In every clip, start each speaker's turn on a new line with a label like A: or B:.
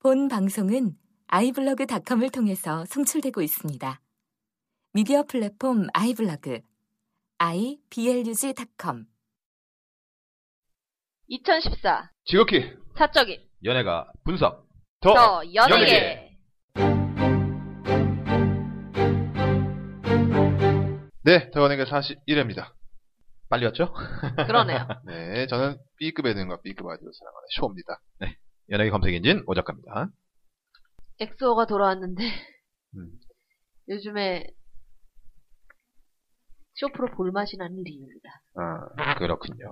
A: 본 방송은 아이블로그닷컴을 통해서 송출되고 있습니다. 미디어 플랫폼 아이블로그 iblog.com
B: 2014
C: 지극히
B: 사적인
C: 연예가 분석
B: 더,
C: 더,
B: 연예계.
C: 어, 연예계. 네, 더 연예계 41회입니다. 빨리 왔죠?
B: 그러네요.
D: 네, 저는 B급 예능과 B급 아이돌을 사랑하는 쇼입니다.
C: 네, 연예계 검색엔진 오작가입니다.
B: 엑소가 돌아왔는데
C: 음.
B: 요즘에 쇼프로 볼맛이 나는 리입니다.
D: 아, 네.
C: 그렇군요.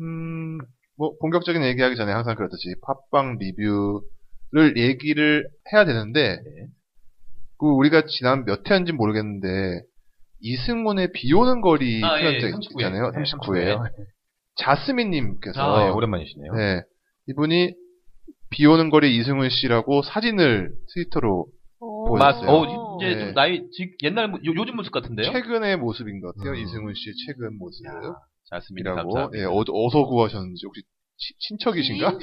D: 음, 뭐 본격적인 얘기하기 전에 항상 그렇듯이 팟빵 리뷰를 얘기를 해야 되는데
C: 네.
D: 그 우리가 지난 몇 회인지 모르겠는데 이승훈의 비오는 거리
C: 아, 예,
D: 표현적
C: 39회.
D: 있잖아요.
C: 네,
D: 39회요. 자스민님께서
C: 아, 예, 오랜만이시네요.
D: 네, 이분이 비오는 거리 이승훈 씨라고 사진을 트위터로
B: 오.
C: 맞,
D: 보여주세요.
C: 어, 이제
D: 네.
C: 좀 나이, 지- 옛날, 모- 요, 요즘 모습 같은데요?
D: 최근의 모습인 것 같아요.
C: 네. 음.
D: 이승훈 씨의 최근 모습.
C: 자스민이라고.
D: 이라고 예, 어, 어서 구하셨는지 혹시 치-
C: 음.
D: 친척이신가?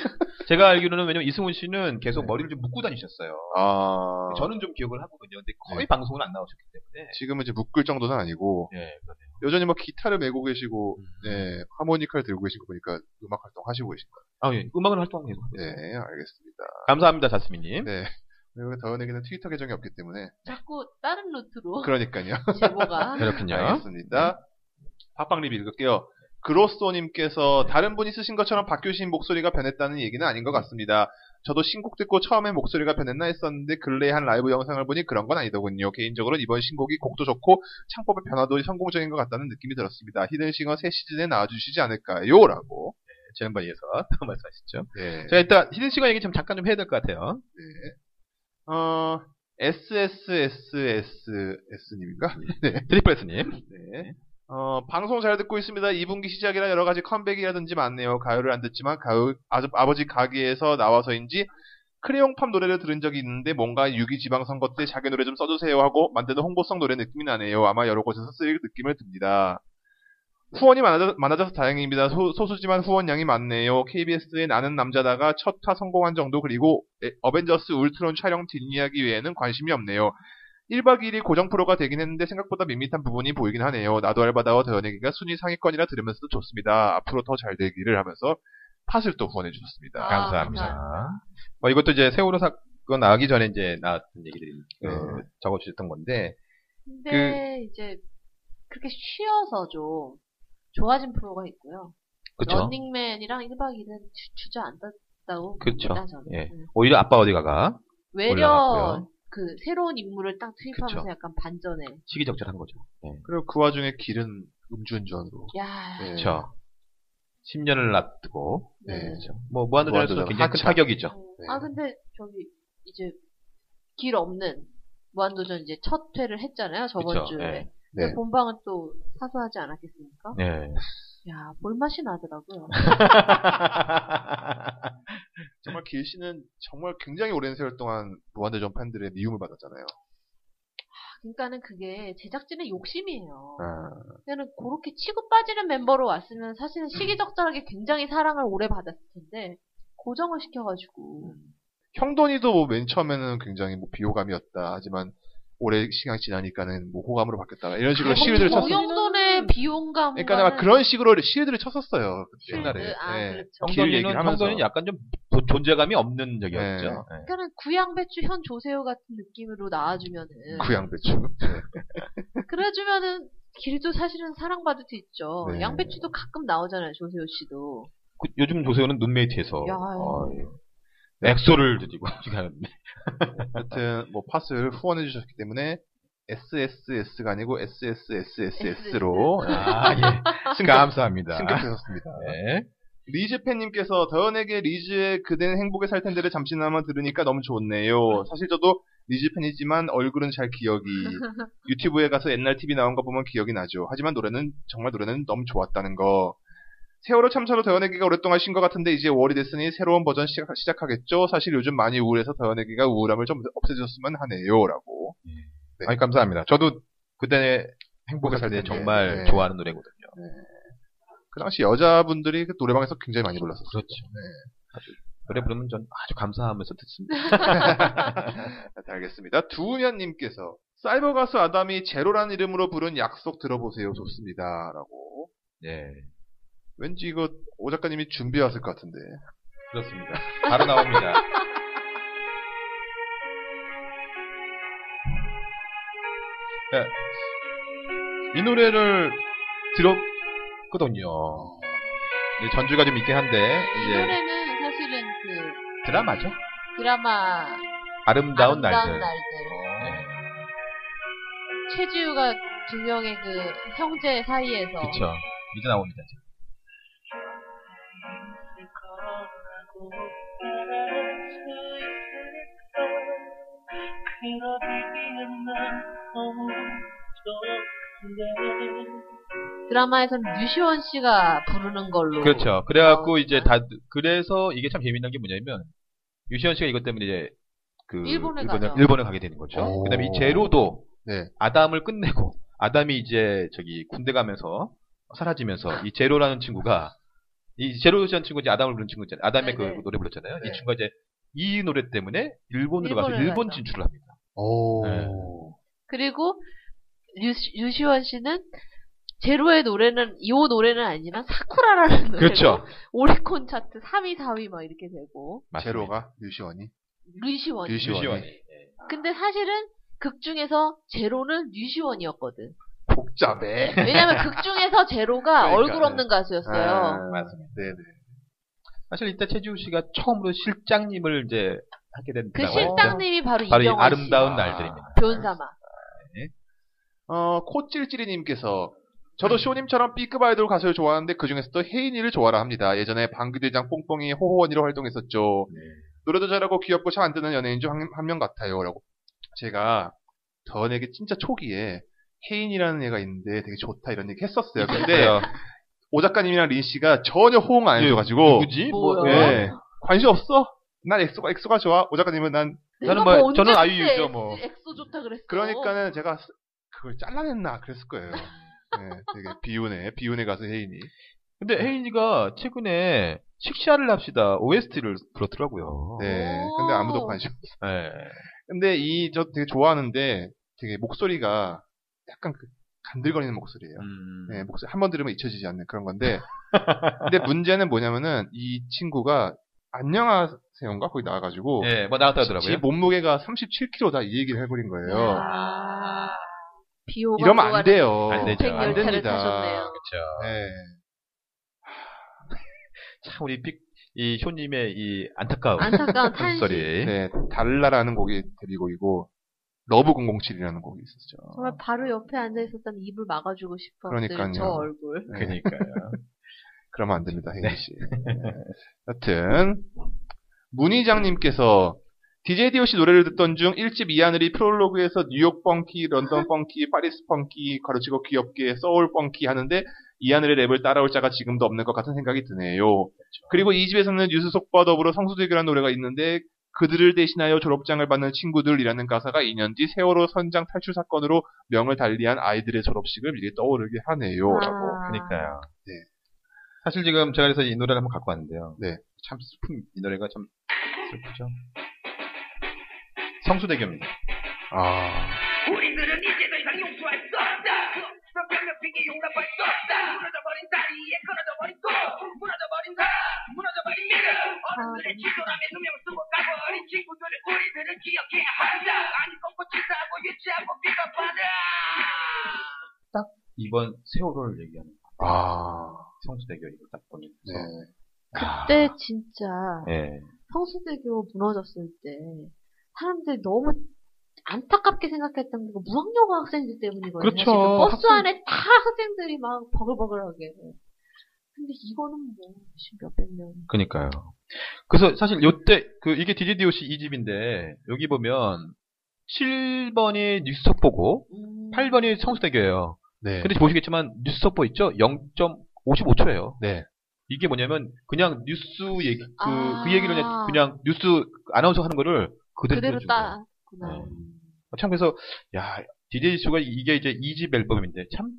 C: 제가 알기로는 왜냐면 이승훈 씨는 계속
D: 네.
C: 머리를 좀 묶고 다니셨어요.
D: 아
C: 저는 좀 기억을 하거든요. 근데 거의
D: 네.
C: 방송은 안 나오셨기 때문에.
D: 지금은 이제 묶을 정도는 아니고
C: 예,
D: 여전히 막 기타를 메고 계시고
C: 음.
D: 네 하모니카를 들고 계시고 보니까 음악 활동 하시고 계신 거예요.
C: 아, 예. 음악을 활동하고 계속.
D: 네 알겠습니다.
C: 감사합니다, 자스민님.
D: 네 그리고 더은에게는 트위터 계정이 없기 때문에
B: 자꾸 다른 루트로
D: 그러니까요.
B: 제보가
C: 그렇군요. 네.
D: 알겠습니다. 팟빵 리뷰 읽을게요. 그로소님께서 다른 분이 쓰신 것처럼 박효신 목소리가 변했다는 얘기는 아닌 것 같습니다. 저도 신곡 듣고 처음에 목소리가 변했나 했었는데 근래에 한 라이브 영상을 보니 그런 건 아니더군요. 개인적으로는 이번 신곡이 곡도 좋고 창법의 변화도 성공적인 것 같다는 느낌이 들었습니다. 히든싱어 새 시즌에 나와주시지 않을까요? 라고.
C: 네. 지난번 이어서 또 말씀하셨죠.
D: 네.
C: 제가 일단 히든 씨가 얘기 좀 잠깐 좀 해야 될 것 같아요.
D: 어, SSSSS님인가?
C: 음. 트리플 S님.
D: 네. 어, 방송 잘 듣고 있습니다. 2분기 시작이라 여러 가지 컴백이라든지 많네요. 가요를 안 듣지만 가요, 아, 아버지 가게에서 나와서인지 크레용팝 노래를 들은 적이 있는데 뭔가 유기 지방선거 때 자기 노래 좀 써주세요 하고 만드는 홍보성 노래 느낌이 나네요. 아마 여러 곳에서 쓰일 느낌을 듭니다. 후원이 많아져, 많아져서 다행입니다. 소, 소수지만 후원량이 많네요. KBS의 나는 남자다가 첫 화 성공한 정도 그리고 에- 어벤져스 울트론 촬영 뒷이야기 외에는 관심이 없네요. 1박 2일이 고정 프로가 되긴 했는데 생각보다 밋밋한 부분이 보이긴 하네요. 나도 알바다와 더 연예기가 순위 상위권이라 들으면서도 좋습니다. 앞으로 더 잘 되기를 하면서 팟을 또 후원해 주셨습니다.
B: 아,
C: 감사합니다.
B: 감사합니다.
C: 뭐 이것도 이제 세월호 사건 나기 전에 이제 나왔던 얘기들이
D: 네.
C: 어, 적어주셨던 건데
B: 근데 이제 그렇게 쉬어서 좀 좋아진 프로가 있고요.
C: 그쵸
B: 런닝맨이랑 1박 2일은 주저앉았다고
C: 그쵸.
B: 봅니다, 저는.
C: 예.
B: 음.
C: 오히려 아빠 어디 가가
B: 외려
C: 올라갔고요.
B: 그 새로운 인물을 딱 투입하면서
C: 그쵸.
B: 약간 반전에
C: 시기적절한 거죠. 예.
D: 그리고 그 와중에 길은 음주운전으로.
B: 야
D: 네.
C: 그렇죠. 10년을 놔두고
B: 네.
C: 그렇죠. 뭐 무한도전에서도
D: 무한도전
C: 굉장히 큰
D: 하차.
C: 타격이죠.
D: 네.
B: 아 근데 저기 이제 길 없는 무한도전 이제 첫 회를 했잖아요 저번
C: 그쵸,
B: 주에
C: 예.
B: 근데
D: 네.
B: 본방은 또 사소하지 않았겠습니까?
C: 예.
B: 야 볼맛이 나더라고요.
D: 정말 길 씨는 정말 굉장히 오랜 세월 동안 무한대전 팬들의 미움을 받았잖아요.
B: 그러니까는 그게 제작진의 욕심이에요.
D: 아,
B: 그는 그렇게 치고 빠지는 멤버로 왔으면 사실은
D: 음.
B: 시기적절하게 굉장히 사랑을 오래 받았을 텐데 고정을 시켜가지고
D: 음. 형돈이도 뭐맨 처음에는 굉장히 뭐 비호감이었다. 하지만 오래 시간이 지나니까는 뭐 호감으로 바뀌었다. 이런 식으로 시위들을 쳤었
B: 고용돈의 비용감.
D: 그러니까 막 그런 식으로 시위들을 쳤었어요. 그때 옛날에.
B: 아,
D: 예.
B: 그렇죠.
D: 형돈
C: 형돈이는
D: 얘기를 하면서.
C: 형돈은 약간 좀 도- 존재감이 없는 적이었죠. 예.
B: 그러니까는 구양배추 현 조세호 같은 느낌으로
D: 네.
B: 나와주면은
D: 그 구양배추.
B: 그래주면은 길도 사실은 사랑받을 수 있죠.
D: 네.
B: 양배추도 가끔 나오잖아요, 조세호 씨도.
C: 그- 요즘 조세호는 눈메이트에서
B: 야.
C: 어이, 엑소를 드리고 가는데
D: 여튼 뭐 팟을 후원해 주셨기 때문에 SSS가 아니고 SSSSS로
C: 아, 예. 감사합니다. 아,
D: 승격되셨습니다.
C: 네.
D: 리즈팬님께서 더현에게 리즈의 그대는 행복에 살 텐데를 잠시나마 들으니까 너무 좋네요. 사실 저도 리즈팬이지만 얼굴은 잘 기억이 유튜브에 가서 옛날 TV 나온 거 보면 기억이 나죠. 하지만 노래는 정말 노래는 너무 좋았다는 거. 세월호 참사로 더현에게가 오랫동안 쉰 것 같은데 이제 5월이 됐으니 새로운 버전 시작, 하겠죠 사실 요즘 많이 우울해서 더현에게가 우울함을 좀 없애줬으면 하네요라고. 네.
C: 아니, 감사합니다. 저도 그때 행복에 살 때
D: 네.
C: 정말
D: 네.
C: 좋아하는 노래거든요.
D: 그 당시 여자분들이 그 노래방에서 굉장히 많이 불렀었어요.
C: 그렇죠. 아주 노래 부르면 전 아주 감사하면서 듣습니다.
D: 네, 알겠습니다. 두은현님께서 사이버 가수 아담이 제로라는 이름으로 부른 약속 들어보세요.
B: 네.
D: 좋습니다라고.
C: 예,
D: 왠지 이거 오 작가님이 준비해 왔을 것 같은데.
C: 그렇습니다. 바로 나옵니다. 예, 이 노래를 들었거든요. 이제 전주가 좀 있긴 한데
B: 이
C: 이제
B: 노래는 사실은 그
C: 드라마죠.
B: 드라마
C: 아름다운,
B: 아름다운
C: 날들. 예,
B: 날들. 최지우가 두 명의 그 형제 사이에서
C: 그쵸. 이제 나옵니다.
B: 드라마에서는 류시원 씨가 부르는 걸로
C: 그렇죠. 그래갖고
B: 어, 네.
C: 이제 다 그래서 이게 참 재밌는 게 뭐냐면 유시원 씨가 이것 때문에 이제 그
B: 일본에 가죠.
C: 일본에 가게 되는 거죠.
D: 오.
C: 그다음에 이 제로도
D: 네.
C: 아담을 끝내고 아담이 이제 저기 군대 가면서 사라지면서 이 제로라는 친구가 이 제로라는 친구 이제 아담을 부른 친구 있잖아요. 아담의
B: 네네.
C: 그 노래 불렀잖아요.
D: 네.
C: 이 친구가 이제 이 노래 때문에 일본으로 가서
B: 일본을
C: 일본
B: 가죠.
C: 진출을 합니다.
D: 오.
C: 네.
B: 그리고 류, 유시원 씨는 제로의 노래는 이 노래는 아니지만 사쿠라라는 노래
C: 그렇죠.
B: 오리콘 차트 3위, 4위 막 이렇게 되고
D: 제로가 유시원이.
B: 류시원.
D: 류시원.
C: 유시원.
B: 근데 사실은 극 중에서 제로는 류시원이었거든.
D: 복잡해.
B: 왜냐면 극 중에서 제로가
D: 그러니까.
B: 얼굴 없는
C: 아.
B: 가수였어요.
D: 맞습니다. 아. 네네.
C: 사실 이때 최지우 씨가 처음으로 실장님을 이제 하게 된
B: 그
C: 드라마였죠.
B: 실장님이 바로
C: 바로 이
B: 이병헌
C: 아름다운
D: 아.
C: 날들입니다.
B: 씨. 변사마.
D: 어, 코찔찔이님께서 저도 쇼님처럼 B급 아이돌 가수를 좋아하는데 그 중에서도 혜인이를 좋아라 합니다. 예전에 방귀대장 뽕뽕이 호호원이로 활동했었죠. 노래도 잘하고 귀엽고 잘 안 듣는 연예인 중 한 명 같아요. 라고. 제가 더내게 진짜 초기에 혜인이라는 애가 있는데 되게 좋다 이런 얘기
C: 네,
D: 했었어요. 근데
C: 그래요. 예,
D: 오 작가님이랑 린 씨가 전혀 호응 안 해줘가지고
C: 그 누구지? 네.
B: 뭐야?
D: 예. 관심 없어? 난 엑소가 엑소가 좋아. 오 작가님은 난
B: 내가
C: 저는 뭐-
B: 네. 언제
C: 저는
B: 그때
C: 아이유죠, 뭐.
B: 엑소 좋다 그랬어.
D: 그러니까는 제가 스- 그걸 잘라냈나 그랬을 거예요. 네, 되게 비운의 비운의 가수 혜인이.
C: 근데
D: 네.
C: 혜인이가 최근에 식샤를 합시다 OST를 불렀더라고요.
D: 네.
B: 오.
D: 근데 아무도 관심.
C: 예.
D: 근데 이 저 되게 좋아하는데 되게 목소리가 약간 그 간들거리는 목소리예요.
C: 음.
D: 네, 목소리 한 번 들으면 잊혀지지 않는 그런 건데. 근데 문제는 뭐냐면은 이 친구가 안녕하세요인가 거기 나와가지고
C: 예, 뭐 나왔다
D: 지
C: 하더라고요.
D: 몸무게가 37kg다 이 얘기를 해버린 거예요.
B: 아, 비호가
D: 이러면 안 돼요.
C: 안 되죠.
B: 안
C: 안
B: 됩니다.
D: 됩니다.
B: 타셨네요.
C: 그렇죠.
D: 네.
C: 참 우리 빅, 이 쇼님의 이 안타까운
B: 안타까운 탄식.
C: 소리.
D: 네, 달라라는 곡이 데뷔곡이고 러브 007이라는 곡이 있었죠.
B: 정말 바로 옆에 앉아 있었다면 입을 막아주고 싶었을
D: 그러니까요.
B: 저 얼굴.
D: 네,
C: 그러니까요.
D: 그러면 안 됩니다, 혜인 씨. 네. 여튼 문희장님께서 DJ DOC 노래를 듣던 중 1집 이하늘이 프롤로그에서 뉴욕 펑키, 런던 펑키, 파리스 펑키, 가로치고 귀엽게 서울 펑키 하는데 이하늘의 랩을 따라올 자가 지금도 없는 것 같은 생각이 드네요. 그리고 이 집에서는 유수 속과 더불어 성수대교라는 노래가 있는데 그들을 대신하여 졸업장을 받는 친구들이라는 가사가 2년 뒤 세월호 선장 탈출 사건으로 명을 달리한 아이들의 졸업식을 미리 떠오르게 하네요. 라고.
B: 아.
C: 그러니까요.
D: 네.
C: 사실 지금 제가 그래서 이 노래를 한번 갖고 왔는데요.
D: 네.
C: 참 슬픈 이 노래가 참
D: 그렇죠.
C: 슬프죠. 성수대교입니다.
D: 아.
E: 우리들은 이제 더 이상 용서할 수 없다. 병력비기 용납할 수 없다. 무너져버린 다리에 끊어져버린 꿈, 무너져버린 사람, 무너져버린 미래. 어른들의 지도라면 누명 쓰고 가고 어린 친구들을 우리들은 기억해야 한다. 안 꺾고 치사하고 유치하고 비겁하다.
C: 이번 세월호를 얘기하는
D: 아.
C: 성수대교 이거 딱 보면서.
D: 네.
B: 그때 진짜
C: 예.
B: 성수대교 무너졌을 때 사람들이 너무 안타깝게 생각했던 게 무학여고 학생들 때문이거든요.
C: 그렇죠.
B: 사실은 버스
C: 학생-
B: 안에 다 학생들이 막 버글버글하게. 근데 이거는 뭐 몇백 명.
C: 그니까요. 그래서 사실 요때 그 이게 DDDOC 2집인데 여기 보면 7번이 뉴스속보고
B: 음.
C: 8번이 성수대교예요.
D: 네.
C: 근데 보시겠지만 뉴스속보 있죠? 0.55초예요.
D: 네.
C: 이게 뭐냐면 그냥 뉴스 얘기 그,
B: 아.
C: 그 얘기를 그냥, 그냥 뉴스 아나운서 하는 거를 그대로,
B: 그대로
C: 들어준 거예요. 네.
B: 따구나.
C: 참 그래서 야 DDDOC가 이게 이제 2집 앨범인데 참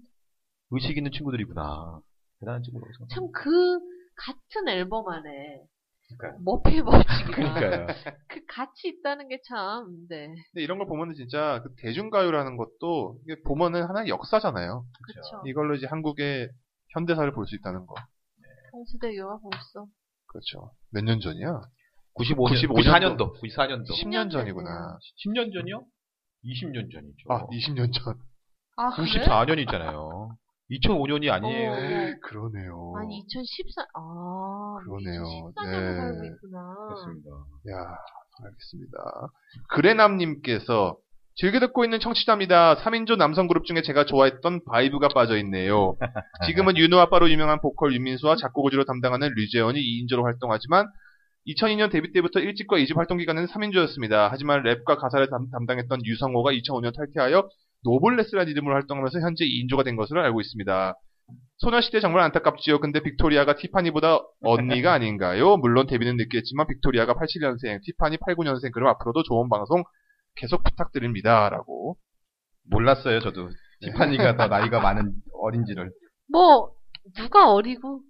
C: 의식 있는 친구들이구나. 대단한 친구라고 생각.
B: 참 그 같은 앨범 안에 머피 법칙이다.
C: 그러니까요.
B: 그 같이 있다는 게 참, 네.
D: 근데 이런 걸 보면은 진짜 그 대중가요라는 것도 이게 보면은 하나의 역사잖아요.
B: 그쵸.
D: 이걸로 이제 한국의 현대사를 볼 수 있다는 거.
B: 홍수대 유화 벌써.
D: 그렇죠. 몇 년 전이야?
C: 95년,
D: 95 년도.
C: 94년도, 94년도.
D: 10년 전이구나.
C: 10, 년 전이요? 20년 전이죠.
D: 아, 20년 전.
B: 아, 그래?
C: 94년이잖아요. 2005년이 아니에요.
B: 어.
D: 그러네요.
B: 아니, 2014, 아.
D: 그러네요.
B: 2014년에
D: 네.
B: 살고 있구나.
C: 그렇습니다.
D: 야, 알겠습니다. 그래남님께서 즐겨 듣고 있는 청취자입니다. 3인조 남성 그룹 중에 제가 좋아했던 바이브가 빠져있네요. 지금은 윤호 아빠로 유명한 보컬 윤민수와 작곡을 주로 담당하는 류재원이 2인조로 활동하지만 2002년 데뷔 때부터 1집과 2집 활동 기간은 3인조였습니다. 하지만 랩과 가사를 담, 당했던 유성호가 2005년 탈퇴하여 노블레스라는 이름으로 활동하면서 현재 2인조가 된 것으로 알고 있습니다. 소녀시대 정말 안타깝지요. 근데 빅토리아가 티파니보다 언니가 아닌가요? 물론 데뷔는 늦게 했지만 빅토리아가 87년생, 티파니 89년생. 그럼 앞으로도 좋은 방송 계속 부탁드립니다. 라고.
C: 몰랐어요,
D: 네.
C: 저도. 티파니가 더 나이가 많은 어린지를.
B: 뭐, 누가 어리고,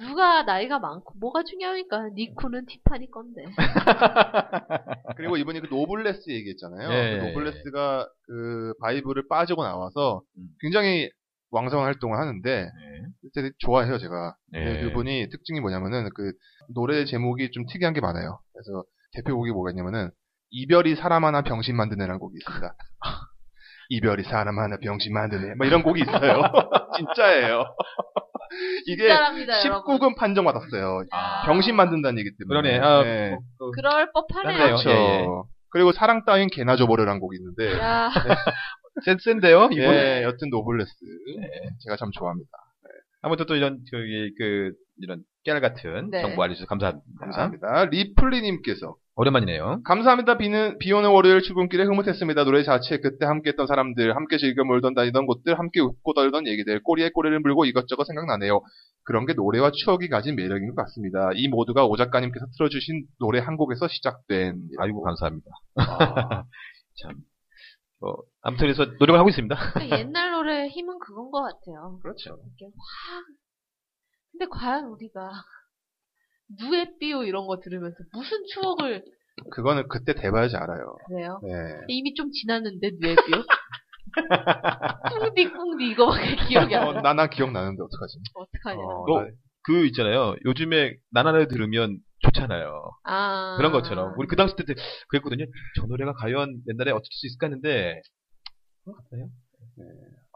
B: 누가 나이가 많고, 뭐가 중요하니까. 니쿠는 티파니 건데.
D: 그리고 이번에 그 노블레스 얘기했잖아요.
C: 예,
D: 그
C: 예,
D: 노블레스가 그 바이브를 빠지고 나와서
C: 음.
D: 굉장히 왕성한 활동을 하는데 되게 좋아해요 제가.
C: 예.
D: 네. 그분이 특징이 뭐냐면은 그 노래 제목이 좀 특이한 게 많아요. 그래서 대표곡이 뭐가 있냐면은 이별이 사람 하나 병신 만드네라는 곡이 있습니다. 이별이 사람 하나 병신 만드네. 막 이런 곡이 있어요. 진짜예요. 이게
B: 사람이다, 여러분.
D: 19금 판정받았어요.
C: 아.
D: 병신 만든다는 얘기 때문에.
C: 그러네. 아,
D: 네.
C: 뭐, 그-
B: 그럴 법하네요.
C: 그러네요.
D: 그렇죠.
C: 예, 예.
D: 그리고 사랑 따윈 개나 줘버려라는 곡이 있는데
B: 야,
C: 센, 센데요, 이분?
D: 예, 여튼 노블레스
C: 네.
D: 제가 참 좋아합니다.
C: 아무튼 또 이런, 저기, 그, 이런 깨알 같은
B: 네.
C: 정보 알려주셔서 감사합니다.
D: 감사합니다. 리플리님께서
C: 오랜만이네요.
D: 감사합니다. 비는 비 오는 월요일 출근길에 흐뭇했습니다. 노래 자체 그때 함께했던 사람들, 함께 즐겨 놀던 다니던 곳들, 함께 웃고 떨던 얘기들, 꼬리에 꼬리를 물고 이것저것 생각나네요. 그런 게 노래와 추억이 가진 매력인 것 같습니다. 이 모두가 오 작가님께서 틀어주신 노래 한 곡에서 시작된.
C: 아이고, 감사합니다.
D: 아,
C: 어, 아무튼 그래서 노력을 하고 있습니다.
B: 그러니까 옛날 노래의 힘은 그건 것 같아요.
D: 그렇죠.
B: 이렇게 확. 근데 과연 우리가 누에 삐오 이런 거 들으면서 무슨 추억을
D: 그거는 그때 돼봐야지 알아요.
B: 그래요?
D: 네.
B: 이미 좀 지났는데 누에 삐오? 꿍디 꿍디 이거밖에 기억이 안 아,
D: 어,
B: 나.
D: 나, 나 기억나는데 어떡하지?
B: 어떡하냐.
D: 어, 나-
C: 그 있잖아요. 요즘에 나나를 들으면 좋잖아요.
B: 아.
C: 그런 것처럼. 우리 그 당시 때 그랬거든요. 저 노래가 과연 옛날에 어쩔 수 있을까 했는데, 그런 것 같아요.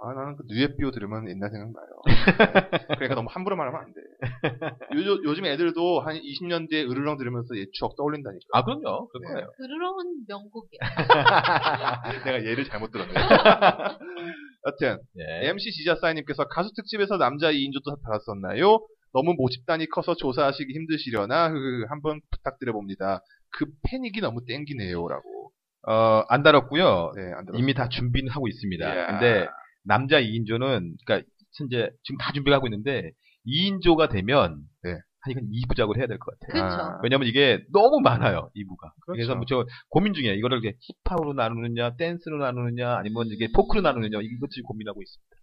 D: 아, 나는 그 뉴에피오 들으면 옛날 생각나요. 네. 그러니까 너무 함부로 말하면 안 돼. 요, 요즘 애들도 한 20년대 으르렁 들으면서 옛 추억 떠올린다니까.
C: 아, 그럼요. 그럴
D: 네.
C: 거예요.
B: 그런 명곡이야.
D: 내가 얘를 잘못 들었네. 여튼,
C: 네.
D: MC 지자사이님께서 가수 특집에서 남자 2인조도 달았었나요? 너무 모집단이 커서 조사하시기 힘드시려나? 흐흐, 한번 부탁드려봅니다. 그 패닉이 너무 땡기네요. 라고.
C: 어, 안 다뤘고요.
D: 네, 안 들었어요.
C: 이미 다 준비는 하고 있습니다.
D: 이야.
C: 근데 남자 2인조는 그러니까 현재 지금 다 준비를 하고 있는데 2인조가 되면 예,
D: 네.
C: 한 이건 2부작을 해야 될 것 같아요.
B: 그쵸.
D: 아,
C: 왜냐면 이게 너무 많아요, 2부가.
D: 그렇죠.
C: 그래서 뭐저 고민 중이에요. 이거를 이렇게 힙합으로 나누느냐, 댄스로 나누느냐, 아니면 이게 포크로 나누느냐, 이것 지금 고민하고 있습니다.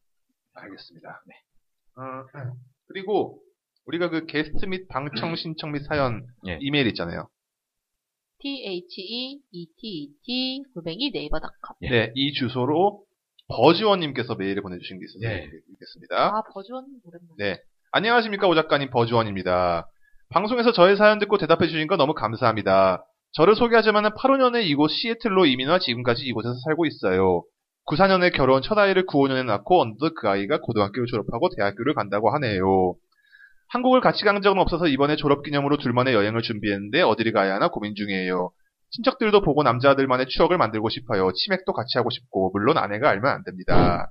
D: 알겠습니다. 어, 그리고 우리가 그 게스트 및 방청 신청 및 사연
C: 예.
D: 이메일 있잖아요.
B: E THEETET 골뱅이 네이버닷컴.
C: 예.
D: 네, 이 주소로 버즈원님께서 메일을 보내주신 게 있어서
C: 예.
D: 읽겠습니다.
B: 아, 버즈원 오랜만에.
D: 네. 안녕하십니까, 오 작가님 버즈원입니다. 방송에서 저의 사연 듣고 대답해 주신 거 너무 감사합니다. 저를 소개하자면 85년에 이곳 시애틀로 이민와 지금까지 이곳에서 살고 있어요. 94년에 결혼 첫 아이를 95년에 낳고 언뜻 그 아이가 고등학교를 졸업하고 대학교를 간다고 하네요. 한국을 같이 간 적은 없어서 이번에 졸업 기념으로 둘만의 여행을 준비했는데 어디를 가야 하나 고민 중이에요. 친척들도 보고 남자들만의 추억을 만들고 싶어요. 치맥도 같이 하고 싶고 물론 아내가 알면 안 됩니다.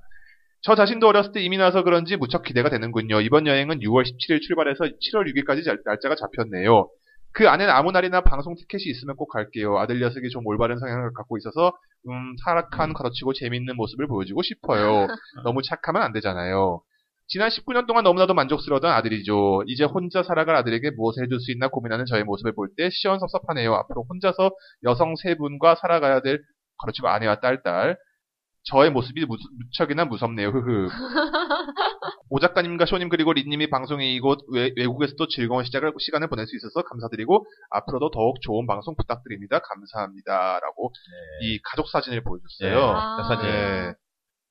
D: 저 자신도 어렸을 때 이민 와서 그런지 무척 기대가 되는군요. 이번 여행은 6월 17일 출발해서 7월 6일까지 잘- 날짜가 잡혔네요. 그 안엔 아무 날이나 방송 티켓이 있으면 꼭 갈게요. 아들 녀석이 좀 올바른 성향을 갖고 있어서 음, 타락한 가르치고 재밌는 모습을 보여주고 싶어요. 너무 착하면 안 되잖아요. 지난 19년 동안 너무나도 만족스러웠던 아들이죠. 이제 혼자 살아갈 아들에게 무엇을 해줄 수 있나 고민하는 저의 모습을 볼 때 시원섭섭하네요. 앞으로 혼자서 여성 세 분과 살아가야 될 가르치고 아내와 딸, 딸. 저의 모습이 무, 무척이나 무섭네요. 흐흐. 오 작가님과 쇼님 그리고 리님이 방송에 이곳 외, 국에서도 즐거운 시작을 시간을 보낼 수 있어서 감사드리고 앞으로도 더욱 좋은 방송 부탁드립니다. 감사합니다라고
C: 네.
D: 이 가족 사진을 보여줬어요.
B: 아.
C: 사진.
D: 네.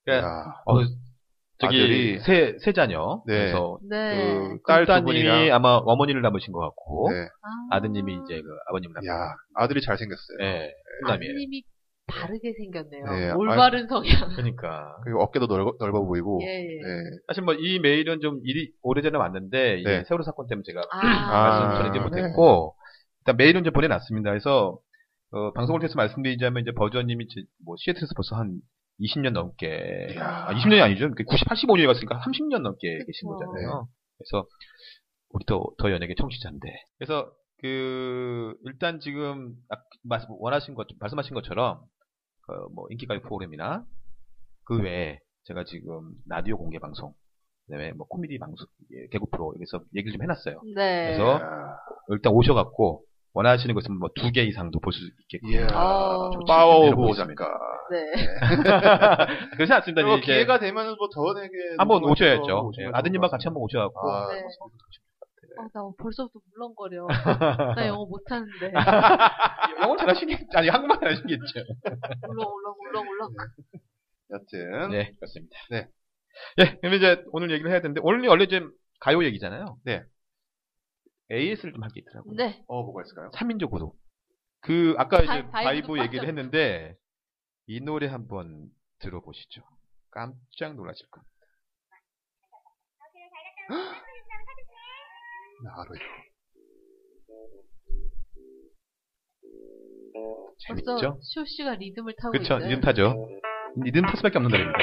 C: 네.
D: 야,
C: 어, 저기
D: 아들이-
C: 세, 세 자녀.
D: 네.
C: 그래서
B: 네.
D: 그 딸 두
C: 딸님이
D: 분이랑
C: 아마 어머니를 닮으신 것 같고
D: 네.
B: 아.
C: 아드님이 이제 그 아버님 닮으신 것
D: 야
C: 같고.
D: 아들이 잘 생겼어요.
C: 네. 남이에요. 아,
B: 아드님이 다르게 생겼네요.
D: 네,
B: 올바른 성향.
C: 그러니까
D: 그리고 어깨도 넓어, 넓어
C: 뭐,
D: 보이고.
B: 예. 예.
D: 네.
C: 사실 뭐 이 메일은 좀 일이 오래전에 왔는데 이
D: 네.
C: 세월호 사건 때문에 제가
B: 아.
D: 아.
C: 말씀 전하지 못했고 일단 메일은 이제 보내놨습니다. 그래서 어, 방송을 통해서 말씀드리자면 이제 버전님이 이제 뭐 시애틀에서 벌써 한 20년 넘게
D: 이야.
C: 아, 20년이 아니죠. 90, 85년에 갔으니까 30년 넘게 계신
B: 그쵸.
C: 거잖아요. 그래서 우리 더더 연예계 청취자인데. 그래서 그 일단 지금 아- 말씀- 원하신 것 말씀하신 것처럼 어, 뭐 인기가요 프로그램이나 그 외에 제가 지금 라디오 공개 방송, 그다음에 뭐 코미디 방송, 예, 개그 프로 여기서 얘기를 좀 해놨어요.
B: 네.
C: 그래서 일단 오셔갖고 원하시는 것 있으면 뭐 두 개 이상도 볼 수 있겠고.
D: 이야.
B: 아.
C: 좋지.
D: 파워
C: 내려보고
D: 오브
C: 있습니다.
D: 작가.
B: 네.
C: 그렇지 않습니다.
D: 그리고
C: 이제
D: 기회가 되면 뭐 더원에게
C: 한번 어, 오셔야죠. 예, 아드님과 같이 한번 오셔갖고.
D: 아,
B: 네. 어, 나 벌써부터 물렁거려. 나 영어 못하는데.
C: 아, 영어 잘하시겠죠. 아니 한국말 잘하시겠죠.
B: 울렁 울렁 울렁 울렁.
D: 여튼
C: 네, 그렇습니다.
D: 네.
C: 예, 그럼 이제 오늘 얘기를 해야 되는데 오늘 원래 지금 가요 얘기잖아요.
D: 네.
C: AS를 좀 할 게 있더라고요.
B: 네.
D: 어 뭐가 있을까요?
C: 3인조 고독. 그 아까 이제
B: 바이- 바이브도
C: 바이브 얘기를
B: 빠져.
C: 했는데 이 노래 한번 들어보시죠. 깜짝 놀라실 겁니다.
D: 아, 나로
B: 벌써
C: 재밌죠?
B: 시오 씨가 리듬을 타고
C: 그쵸?
B: 있어요.
C: 리듬 타죠. 리듬 탈 수밖에 없는 노래입니다.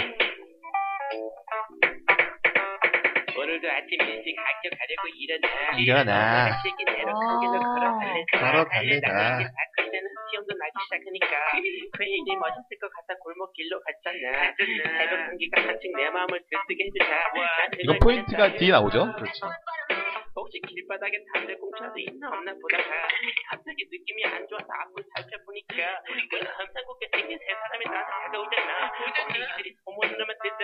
E: 오늘도 아침 일찍 학교 가려고 일어나.
C: 일어나.
E: 쉴게 내로 크게도
B: 아.
E: 걸어갈래다.
D: 걸어갈래다.
E: 아침에는 수영도 나기 시작하니까 괜히 멋있을 것 같아 골목길로 갔잖아. 새벽 공기가 한층 내 마음을 들뜨게 해주자.
C: 이거 포인트가 뒤에 나오죠?
E: 그렇죠. 혹시 길바닥에 담배꽁초도 있나 없나 보다가 갑자기 느낌이 안 좋아서 앞을 살펴보니까 우리가 감상국게 생긴 세 사람이 나한테 다가오잖아. 혹시 이들이 소문을 넣으면 뜻은?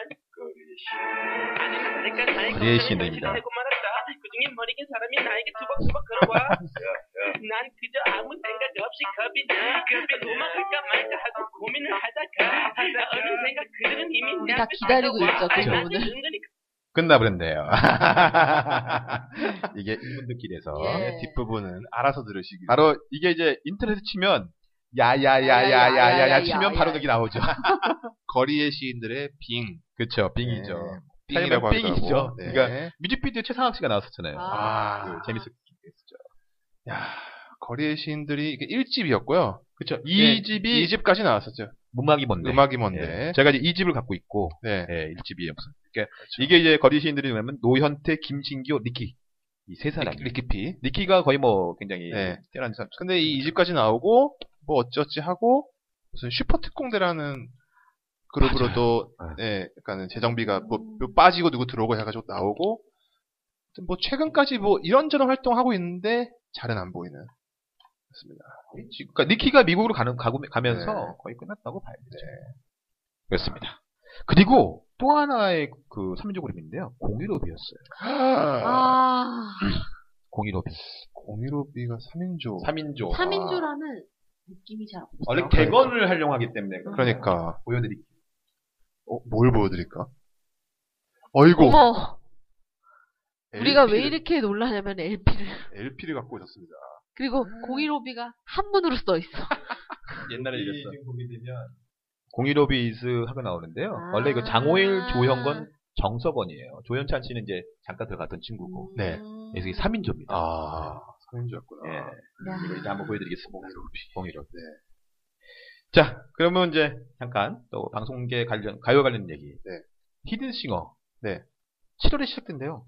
C: 거리의 신들입니다.
E: 그중에 머리긴 사람이 나에게 투벅투벅 걸어와. 난 그저 아무 생각 없이 겁이 나. 도망갈까 말까 하고 고민을 하다가 어느샌가 그들은 이미 내
B: 다
E: 앞에
B: 기다리고
E: 다가와.
B: 있죠, 그
E: 나는
B: 부분을.
E: 은근히
C: 끝나버렸네요. 이게 이분들끼리에서
B: 예.
D: 뒷부분은 알아서 들으시기.
C: 바로 이게 이제 인터넷 치면 야야야야야야야 치면 바로 여기 나오죠.
D: 거리의 시인들의 빙.
C: 그렇죠. 빙이죠.
D: 네. 빙이라고
C: 빙이라고
D: 하기도
C: 빙이죠.
D: 하고.
C: 그러니까 뮤직비디오 최상학 씨가 나왔었잖아요.
B: 아.
C: 그 재밌었죠.
D: 야, 아, 거리의 시인들이 이게 1집이었고요.
C: 그렇죠.
D: 예,
C: 이 집이
D: 2집까지 나왔었죠.
C: 음악이 뭔데?
D: 음악이
C: 예.
D: 뭔데.
C: 제가 이제 이 집을 갖고 있고
D: 네.
C: 예, 1집이 없어요. 그러니까
D: 그렇죠.
C: 이게 이제 거리 시인들이 뭐냐면 노현태, 김신기호, 니키 이 세 사람.
D: 리- 리키피.
C: 니키가 거의 뭐 굉장히
D: 네.
C: 뛰어난 사람.
D: 근데 이 2집까지 나오고 뭐 어쩌지 하고 무슨 슈퍼 특공대라는 그룹으로도
C: 맞아요.
D: 예, 약간은 재정비가 뭐, 뭐 빠지고 누구 들어오고 해가지고 나오고 하여튼 뭐 최근까지 뭐 이런저런 활동하고 있는데 잘은 안 보이는 그렇습니다.
C: 그러니까 니키가 미국으로 가는 가고, 가면서
D: 네.
C: 거의 끝났다고 봐야 되죠. 네. 그렇습니다. 그리고 또 하나의 그 3인조 그룹인데요. 공유로비였어요.
D: 네.
B: 아.
C: 공유로비.
D: 공유로비가 3인조.
C: 3인조. 아,
B: 3인조라는 느낌이 잘 없어요.
C: 원래 대건을 활용하기 때문에 그렇죠.
D: 그러니까
C: 보여드릴게요.
D: 어, 뭘 보여드릴까? 어이구
B: 어머, 우리가 왜
D: LP 를-
B: 이렇게 놀라냐면 LP를.
D: LP를 갖고 오셨습니다.
B: 그리고 공일오비가 한문으로 써 있어.
C: 옛날에 이랬어. 공유로비 이즈 하고 나오는데요.
B: 아.
C: 원래 이거 장호일, 조형건, 정석원이에요. 조현찬 씨는 이제 잠깐 들어갔던
B: 음.
C: 친구고.
D: 네.
C: 그래서 이게 3인조입니다.
D: 아 3인조였구나.
C: 예.
B: 야.
C: 이거 이제 한번 보여드리겠습니다. 그 공유로비. 공유로비. 네. 자, 그러면 이제 잠깐 또 방송계 관련, 가요 관련 얘기.
D: 네.
C: 히든싱어.
D: 네.
C: 7월에 시작된대요.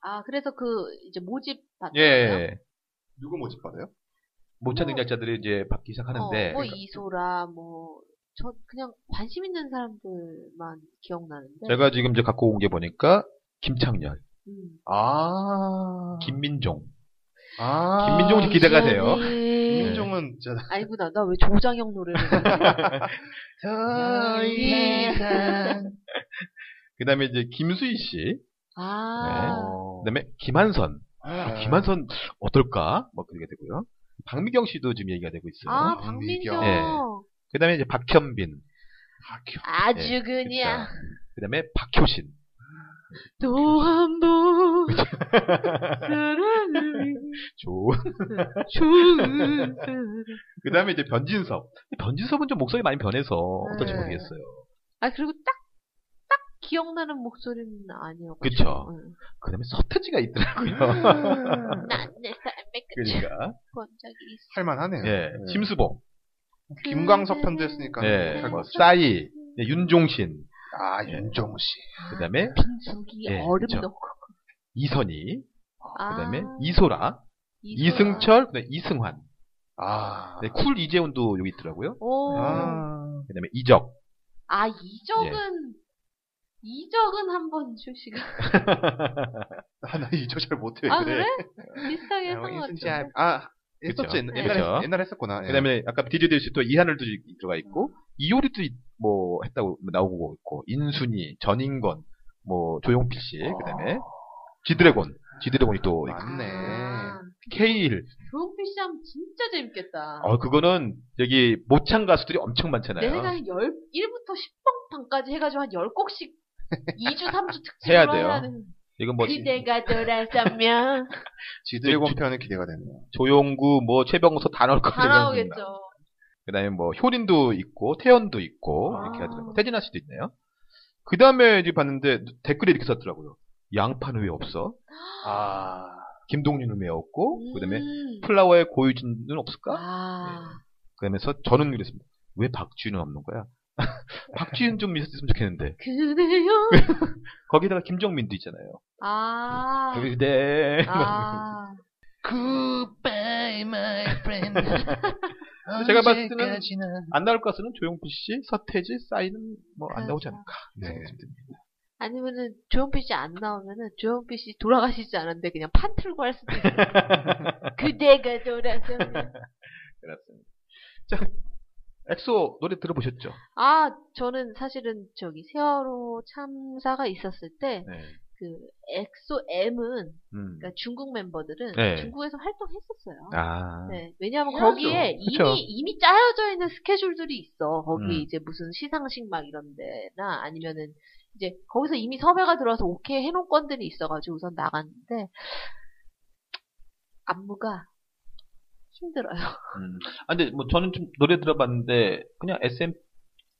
B: 아, 그래서 그 이제 모집 받.
C: 예.
D: 누구 모집받아요?
C: 못 찾는 약자들이 이제
B: 어,
C: 받기 시작하는데.
B: 뭐 이소라, 뭐 저 그냥 관심 있는 사람들만 기억나는데.
C: 제가 지금 이제 갖고 온 게 보니까 김창렬,
B: 음.
D: 아
C: 김민종.
D: 아.
C: 김민종 씨 기대가 돼요.
B: 네.
D: 김민종은 진짜
B: 아니구나, 나 왜 조장혁 노래를. 부르지? 아,
C: 어,
B: 예.
D: 네.
C: 예. 그 다음에 이제 김수희 씨.
B: 아,
C: 네.
D: 네.
C: 그다음에 김한선. 어. 아, 김한선 어떨까? 뭐 그렇게 되고요. 박미경 씨도 지금 얘기가 되고 있어요.
B: 아,
D: 박미경.
B: 박민경.
C: 예. 그다음에 이제 박현빈.
B: 아주
C: 예,
B: 그냥
C: 그다음에 박효신.
B: 또 한 번. 사랑을
C: 좋은.
B: 좋은 사랑.
C: 그다음에 이제 변진섭. 변진섭은 좀 목소리 많이 변해서 어떨지
B: 네.
C: 모르겠어요.
B: 아 그리고 딱 딱 기억나는 목소리는 아니었고.
C: 그쵸. 그다음에 서태지가 있더라고요.
B: 난내 삶의 끝을
C: 그러니까.
B: 본 적이 있어.
D: 예. 할만하네요.
C: 예.
D: 네.
C: 심수봉.
D: 김광석 편지했으니까
C: 예.
D: 할것 같습니다.
C: 싸이. 예, 윤종신.
D: 아 윤종우 씨.
C: 그다음에
B: 아, 빈속이
C: 예,
B: 얼음
C: 그쵸.
B: 넣고.
C: 이선희.
B: 아,
C: 그다음에 이소라.
B: 이소라.
C: 이승철. 그다음에 이승환.
D: 아.
C: 네, 쿨 이재훈도 여기 있더라고요.
B: 오. 아,
D: 아.
C: 그다음에 이적.
B: 이적은
C: 예.
B: 이적은 한 번 출시가.
D: 아, 하나 이조 잘 못해.
B: 아 그래? 비슷하게
D: 야,
B: 했던 것
D: 이순재
B: 같아.
D: 아 했었지
C: 예, 그쵸.
D: 옛날, 옛날에
C: 그쵸.
D: 했- 옛날에 했었구나.
B: 네.
D: 예.
C: 그다음에 아까 디즈 디씨 또 이하늘도 이- 들어가 있고 이효리도 이- 뭐 했다고 나오고 있고 인순이, 전인권, 뭐 조용필 씨, 그다음에 지드래곤, 지드래곤이 또 있고.
D: 맞네.
B: 아,
C: 케일.
B: 조용필 씨 하면 진짜 재밌겠다.
C: 어 그거는 여기 모창 가수들이 엄청
B: 아. 내
C: 네, 많잖아요.
B: 생각에 1부터 10번까지 해가지고 한 10곡씩 2주, 3주 특집으로
C: 해야 돼요.
B: 하려는
C: 이건 뭐
B: 그대가 돌아서면
D: 지드래곤 편은 기대가 되네요.
C: 조용구, 뭐 최병수 다 나올
B: 다
C: 거예요.
B: 나오겠죠.
C: 그다음에 뭐 효린도 있고 태연도 있고
B: 아.
C: 이렇게 하더라고요. 태진아 씨도 있네요. 그다음에 이제 봤는데 댓글에 이렇게 썼더라고요. 양파는 왜 없어?
D: 아.
C: 김동률은 왜 없고? 그다음에
B: 음.
C: 플라워의 고유진은 없을까?
B: 아,
C: 그러면서 저는 그랬습니다. 왜 박지윤은 없는 거야? 박지윤 좀 있었으면 좋겠는데.
B: 그대요.
C: 거기다가 김정민도 있잖아요.
B: 아,
C: 그대.
B: 아,
F: Goodbye, my friend.
C: 제가 봤을 때는 안 나올 것은 조용필 씨, 서태지, 싸이는 뭐 안 나오지 않을까.
D: 네.
B: 아니면은 조용필 씨 안 나오면은 조용필 씨 돌아가시지 않았는데 그냥 판 틀고 할 수도 있어요. 그대가 돌아서면.
C: 그렇습니다. 자, 엑소 노래 들어보셨죠?
B: 아, 저는 사실은 저기 세월호 참사가 있었을 때
C: 네.
B: 그 엑소 M은
C: 음.
B: 그러니까 중국 멤버들은
C: 네.
B: 중국에서 활동했었어요.
C: 아.
B: 네, 왜냐하면
C: 해야죠.
B: 거기에
C: 그쵸.
B: 이미 이미 짜여져 있는 스케줄들이 있어. 거기
C: 음.
B: 이제 무슨 시상식 막 이런데나 아니면은 이제 거기서 이미 섭외가 들어와서 오케이 해놓은 건들이 있어가지고 우선 나갔는데 안무가 힘들어요.
C: 음. 아, 근데 뭐 저는 좀 노래 들어봤는데 그냥 SM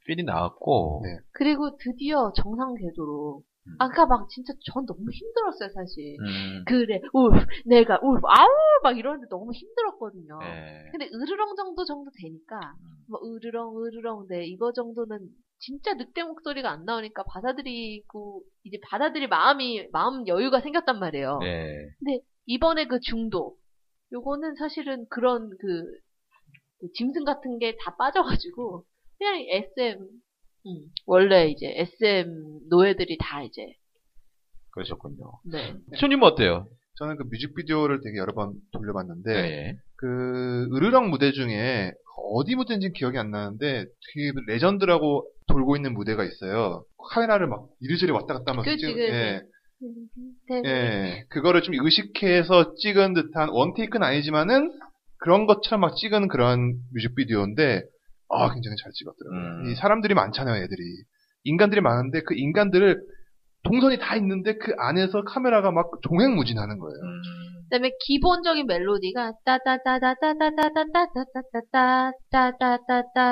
C: 필이 나왔고.
D: 네.
B: 그리고 드디어 정상 궤도로
C: 음.
B: 아까 막 진짜 전 너무 힘들었어요 사실.
C: 음.
B: 그래 울프 내가 울프 아우 막 이러는데 너무 힘들었거든요.
C: 네.
B: 근데 으르렁 정도 정도 되니까 뭐 으르렁 으르렁 네 이거 정도는 진짜 늑대 목소리가 안 나오니까 받아들이고 이제 받아들일 마음이 마음 여유가 생겼단 말이에요.
C: 네.
B: 이번에 그 중도 요거는 사실은 그런 그, 그 짐승 같은 게 다 빠져가지고 그냥 SM 음, 원래 이제 SM 노예들이 다 이제
C: 그러셨군요.
B: 네.
C: 손님은 어때요?
D: 저는 그 뮤직비디오를 되게 여러 번 돌려봤는데
C: 네.
D: 그 으르렁 무대 중에 어디 무대인지 기억이 안 나는데 되게 레전드라고 돌고 있는 무대가 있어요. 카메라를 막 이리저리 왔다 갔다 하면서
B: 그치, 네.
D: 찍은-
B: 그치.
D: 예.
B: 음,
D: 예, 그거를 좀 의식해서 찍은 듯한 원테이크는 아니지만은 그런 것처럼 막 찍은 그런 뮤직비디오인데 아 굉장히 잘 찍었더라고요.
C: 음.
D: 이 사람들이 많잖아요, 애들이 인간들이 많은데 그 인간들을 동선이 다 있는데 그 안에서 카메라가 막 종횡무진하는 거예요.
B: 그다음에 기본적인 멜로디가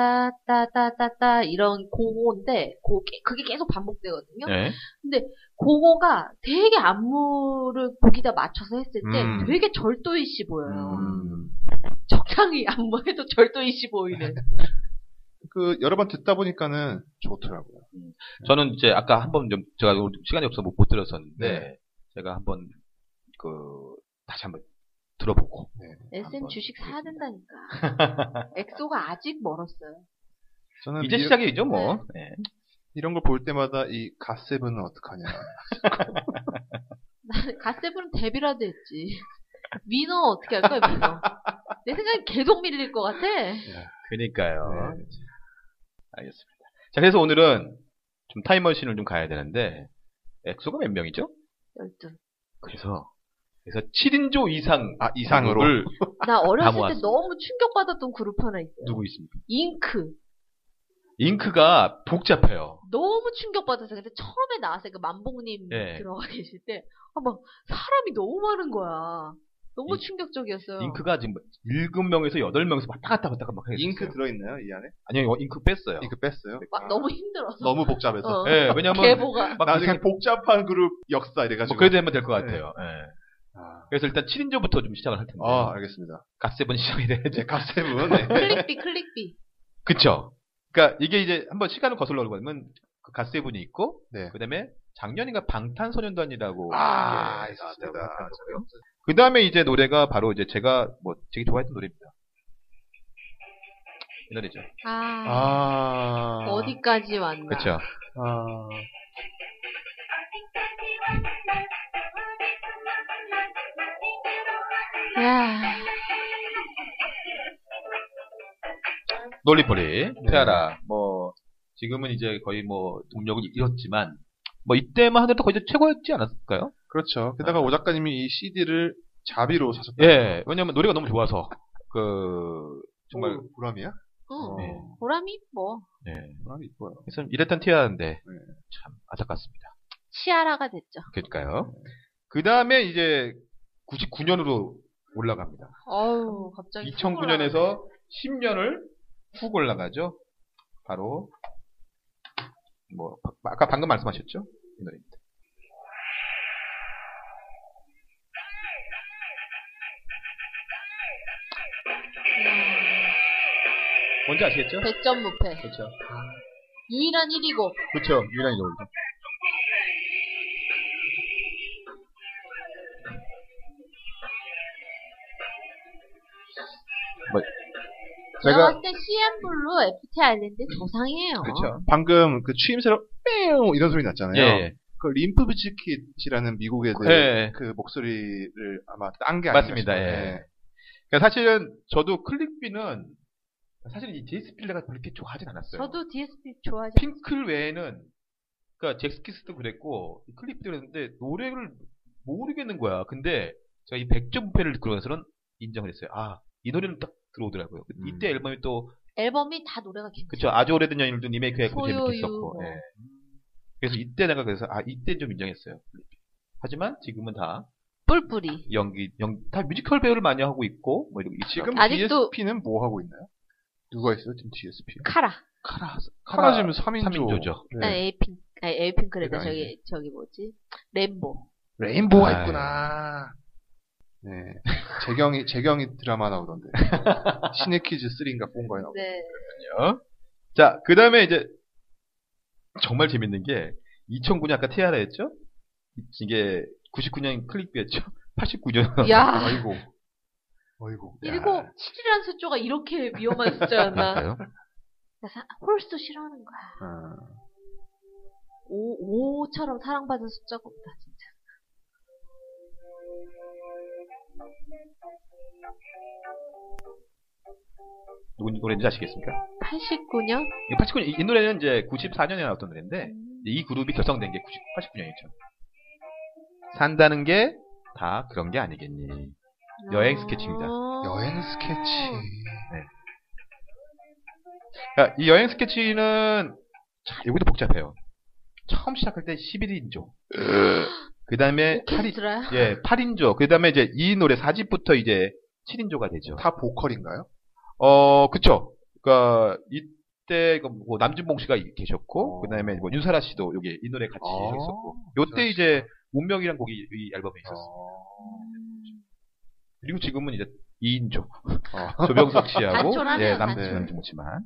B: 따따따따따따따따따따따따따따따따따 이런 고고인데 고 그게 계속 반복되거든요.
C: 네.
B: 고고가 되게 안무를 곡이다 맞춰서 했을 때
D: 음.
B: 되게 절도이씨 보여요.
D: 음.
B: 적당히 안무해도 절도이씨 보이는.
D: 그 여러 번 듣다 보니까는 좋더라고요.
C: 저는 이제 아까 한 번 좀 제가 오늘 시간이 없어서 못, 못 들었었는데
D: 네.
C: 제가 한번 그 다시 한번 들어보고
D: 네.
C: 네.
B: SM
C: 한번
B: 주식 사야 된다니까. 엑소가 아직 멀었어요.
D: 저는
C: 이제
D: 미-
C: 시작이죠 뭐. 네.
D: 이런 걸 볼 때마다 이 갓세븐은 어떡하냐.
B: 나는 갓세븐 데뷔라도 했지. 민호 어떻게 할까 민호. 내 생각엔 계속 밀릴 것 같아.
C: 그니까요.
D: 네.
C: 알겠습니다. 자 그래서 오늘은 좀 타임머신을 좀 가야 되는데 엑소가 몇 명이죠?
B: 열두.
C: 그래서 그래서 7인조 이상
D: 아, 이상으로.
C: 그룹을
B: 나 어렸을 때
C: 모았습니다.
B: 너무 충격받았던 그룹 하나 있어요.
C: 누구 있습니까?
B: 잉크.
C: 잉크가 복잡해요.
B: 너무 충격받았어요. 근데 처음에 나왔을 때 그 만봉님
C: 네.
B: 들어가 계실 때, 아, 막 사람이 너무 많은 거야. 너무
C: 잉-
B: 충격적이었어요.
C: 잉크가 지금 뭐 7명에서 8명에서 왔다 갔다 왔다 갔다 막 하게
D: 잉크
C: 됐어요.
D: 들어있나요, 이 안에?
C: 아니요, 잉크 뺐어요.
D: 잉크 뺐어요?
B: 막 아, 너무 힘들어서.
D: 너무 복잡해서.
B: 어.
C: 예, 왜냐면
B: 개보가.
C: 막
D: 나중에
C: 이상-
D: 복잡한 그룹 역사 이래가지고.
C: 뭐 그래도 되면 될 것 같아요. 예.
D: 아,
C: 그래서 일단 7인조부터 좀 시작을 할 텐데.
D: 아, 알겠습니다.
C: 갓세븐 시작이 돼야지.
D: 이제 갓세븐. 네.
B: 클릭비, 클릭비.
C: 그쵸. 그니까 이게 이제 한번 시간을 거슬러 올라가면 그 갓세븐이 있고,
D: 네.
C: 그 다음에 작년인가 방탄소년단이라고.
D: 아,
C: 예,
D: 있었습니다.
C: 나왔다고 하더라고요. 그 다음에 이제 노래가 바로 이제 제가 뭐 되게 좋아했던 노래입니다. 이 노래죠.
B: 아,
D: 아.
B: 어디까지 왔나.
C: 그쵸.
D: 아.
B: 야,
C: 놀리폴리, 페아라, 네. 뭐, 지금은 이제 거의 뭐, 동력을 잃었지만, 뭐, 이때만 하더라도 거의 최고였지 않았을까요?
D: 그렇죠. 게다가 오 작가님이 이 CD를 자비로 사셨다.
C: 아. 예, 왜냐면 노래가 너무 좋아서, 그, 정말,
D: 정말 보람이야?
B: 응.
C: 네.
B: 어, 보람이 뭐
C: 예.
D: 보람이 이뻐요.
C: 그래서 이랬던 티아인데,
D: 네.
C: 참, 안타깝습니다.
B: 치아라가 됐죠.
C: 그러니까요.
D: 네.
C: 그 다음에 이제, 99년으로 올라갑니다.
B: 어우 갑자기.
C: 2009년에서 10년을 훅 올라가죠. 바로, 뭐, 바- 아까 방금 말씀하셨죠? 이 노래입니다. 뭔지 아시겠죠?
B: 100점 무패.
C: 그렇죠.
B: 유일한 1위고.
C: 그렇죠. 유일한 노래죠. 뭐,
B: 제가
C: 제가
B: 봤을 때 CM블루 FT 아일랜드 조상이에요.
C: 그렇죠.
D: 방금 그 취임새로 뺑 이런 소리 났잖아요.
C: 예, 예.
D: 그 림프 비즈킷이라는 미국의 그,
C: 예.
D: 그 목소리를 아마 딴 게 아니가
C: 맞습니다. 예. 그러니까 사실은 저도 클릭비는 사실 이 제이스 필레가 그렇게 좋아하진 않았어요.
B: 저도 DSP 좋아하지.
C: 핑클 외에는 그러니까 잭스키스도 그랬고 클립도 그랬는데 노래를 모르겠는 거야. 근데 제가 이 100점 무패를 들어가서는 인정을 했어요. 아, 이 노래는 딱 들어오더라고요. 그
D: 음.
C: 이때 앨범이 또
B: 앨범이 다 노래가 괜찮아요.
C: 그쵸 아주 오래된 연인도 리메이크 했고 재밌게
B: 소요유
C: 했었고.
B: 뭐.
C: 예. 그래서 이때 내가 그래서 아, 이때 좀 인정했어요. 하지만 지금은 다
B: 뿔뿔이.
C: 연기 연 다 뮤지컬 배우를 많이 하고 있고 뭐 이런
D: 지금
B: 아직도-
D: DSP는 뭐 하고 있나요? 누가 있어요? 지금 DSP.
B: 카라.
C: 카라
D: 카라 지금 3인조.
C: 3인조죠. 네.
B: 아, 에이핑. 아니 에이핑크래도
C: 그러니까
D: 그게
B: 저기 저기 뭐지? 램보.
D: 레인보우가
C: 아유.
D: 있구나. 네. 재경이, 재경이 드라마 나오던데. 신의 키즈 3인가 4인가에 나오고.
B: 네.
C: 어? 자, 그 다음에 이제, 정말 재밌는 게, 2009년 아까 티아라 했죠? 이게 99년 클릭비였죠? 89년.
B: 야.
D: 어이구.
C: 네.
D: 어이구.
B: 일곱 7이라는 숫자가 이렇게 위험한 숫자였나? 나 사- 홀수 싫어하는 거야.
D: 아,
B: 오 5처럼 사랑받은 숫자가 없다 진짜.
C: 누군 노래인지 아시겠습니까?
B: 89년?
C: 89년, 이, 이 노래는 이제 94년에 나왔던 노래인데,
B: 음.
C: 이 그룹이 결성된 게 90, 89년이죠. 산다는 게 다 그런 게 아니겠니. 여행 스케치입니다.
B: 아.
D: 여행 스케치.
C: 야, 아, 이 여행 스케치는 자, 여기도 복잡해요. 처음 시작할 때 11인조. 그
B: 어,
C: 다음에
B: 오케스트라야?
C: 예, 8인조. 그 다음에 이제 이 노래 4집부터 이제 7인조가 되죠.
D: 다 보컬인가요?
C: 어, 그쵸. 그니까, 이때, 그뭐 남준봉 씨가 이- 계셨고,
D: 어.
C: 그 다음에 뭐 윤사라 씨도 여기 이 노래 같이
D: 어.
C: 있었고, 요때 이제 운명이란 곡이 이 앨범에 있었어요. 그리고 지금은 이제 2인조.
D: 어.
C: 아. 조병석 씨하고,
B: 단초라네요,
C: 예, 남,
B: 단초.
C: 남준봉 씨만.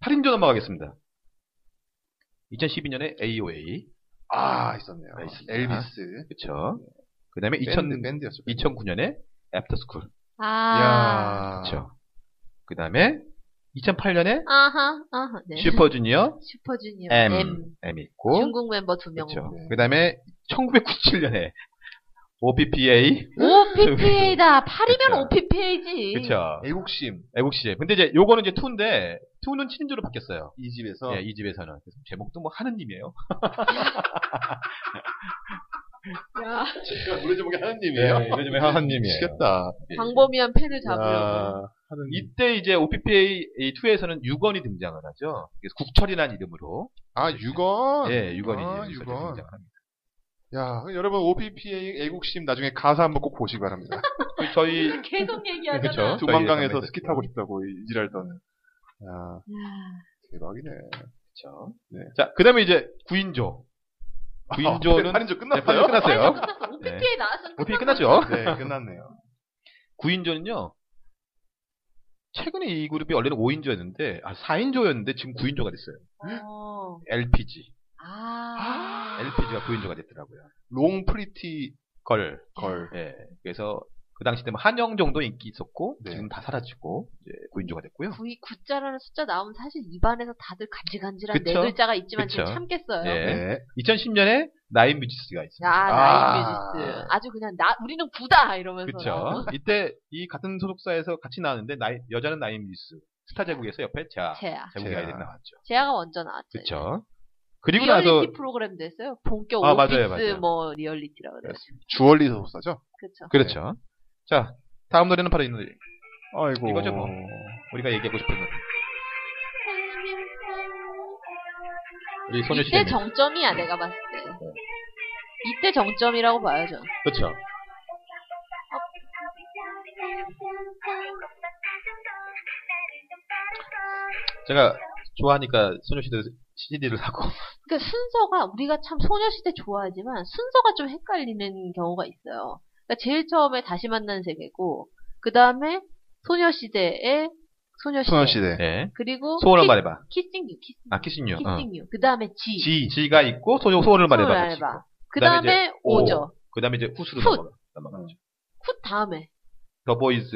C: 8인조 넘어가겠습니다. 2012년에 AOA.
D: 아, 있었네요.
C: 알겠습니다.
D: 엘비스.
C: 그쵸. 그 다음에 2000,
D: 밴드, 밴드였죠.
C: 2009년에 애프터스쿨.
B: 아.
D: 야
C: 그렇죠. 그 다음에 2008년에
B: 아하, 아하, 네.
C: 슈퍼주니어
B: 슈퍼주니어
C: M
B: M.
C: M 있고
B: 중국 멤버 두 명.
C: 그렇죠.
D: 네.
C: 그 다음에 1997년에 OPPA.
B: OPPA다. 8이면
C: 그쵸.
B: OPPA지.
C: 그쵸.
D: 애국심
C: 애국시. 근데 이제 요거는 이제 2인데, 2는 7인조로 바뀌었어요.
D: 이 집에서
C: 예, 이 집에서는. 그래서 제목도 뭐 하느님이에요.
B: 야,
D: 제가 노래 제목이 하느님이에요.
C: 예, 요즘에 하느님이에요.
D: 미치겠다.
C: 예.
B: 광범위한 팬을 잡으려고.
D: 아, 하느님.
C: 이때 이제 OPPA2에서는 6원이 등장을 하죠. 그래서 국철이라는 이름으로.
D: 아 유건.
C: 예, 6원이
D: 아,
C: 이제
D: 유건.
C: 등장을 합니다.
D: 야 여러분 OPPA 애국심 나중에 가사 한번 꼭 보시기 바랍니다.
C: 그 저희,
B: 계속
C: 그쵸.
B: 얘기하잖아.
C: 저희
D: 조만강에서
C: 예전에
D: 스키 타고 싶다고 이 지랄 떠는. 야
B: 야,
D: 대박이네.
C: 그쵸.
D: 네.
C: 자, 그 다음에 이제 9인조.
D: 아,
C: 구인조는
D: 할인조
C: 네,
D: 끝났어요?
C: 반전 끝났어요.
B: OPPA 나왔어.
C: OPPA 끝났죠.
D: 네 끝났네요.
C: 구인조는요. 최근에 이 그룹이 원래는 5인조였는데 아 4인조였는데 지금 9인조가 됐어요.
B: 어.
C: LPG.
B: 아.
C: LPG가 9인조가 됐더라고요.
D: 롱 프리티
C: 걸.
D: 걸.
C: 예. 그래서 그 당시 때뭐 한영 정도 인기 있었고
D: 네.
C: 지금 다 사라지고 이제 9인조가 됐고요.
B: 구이 구자라는 숫자 나오면 사실 입안에서 다들 간질간질한 네
C: 그쵸?
B: 글자가 있지만 지금
C: 그쵸?
B: 참겠어요.
C: 예. 2010년에 나인 뮤지스가 있어요.
B: 야,
D: 아.
B: 나인 뮤지스. 아주 그냥 나 우리는 구다 이러면서.
C: 그렇죠. 이때 이 같은 소속사에서 같이 나왔는데 나이- 여자는 나인 뮤지스. 스타 제국에서 옆에 제아
B: 제아.
C: 제국이
D: 제아.
C: 아이들이 나왔죠.
B: 제아가 먼저 나왔죠.
C: 그렇죠. 그리고 나서
B: 리얼리티 프로그램도 했어요. 본격
C: 아,
B: 오피스
C: 맞아요, 맞아요.
B: 뭐 리얼리티라고 그래요.
D: 주얼리 소속사죠?
B: 그렇죠.
C: 그렇죠. 자, 다음 노래는 바로 이 노래.
D: 아이고.
C: 이거죠, 뭐. 우리가 얘기하고 싶은 노래. 우리 소녀시대.
B: 이때 정점이야 내가 봤을 때.
C: 네.
B: 이때 정점이라고 봐야죠.
C: 그렇죠. 제가 좋아하니까 소녀시대 CD를 사고.
B: 그러니까 순서가 우리가 참 소녀시대 좋아하지만 순서가 좀 헷갈리는 경우가 있어요. 그러니까 제일 처음에 다시 만난 세계고 그 다음에 소녀시대의 소녀시대,
D: 소녀시대.
C: 네.
B: 그리고
C: 소원을 말해봐.
B: 키싱 유 키싱
C: 아, 키싱요.
B: 유 키싱 유. 그 다음에 지
C: G. G가 있고 소, 소원을 말해봐.
B: 소원을
C: 같이
B: 말해봐.
C: 있고.
B: 그
C: 그다음에
B: 다음에
C: 이제 오.
B: 오죠.
C: 그다음에 이제 후스로
B: 훗.
C: 넘어가. 넘어가죠.
B: 훗 다음에
C: 더 보이즈.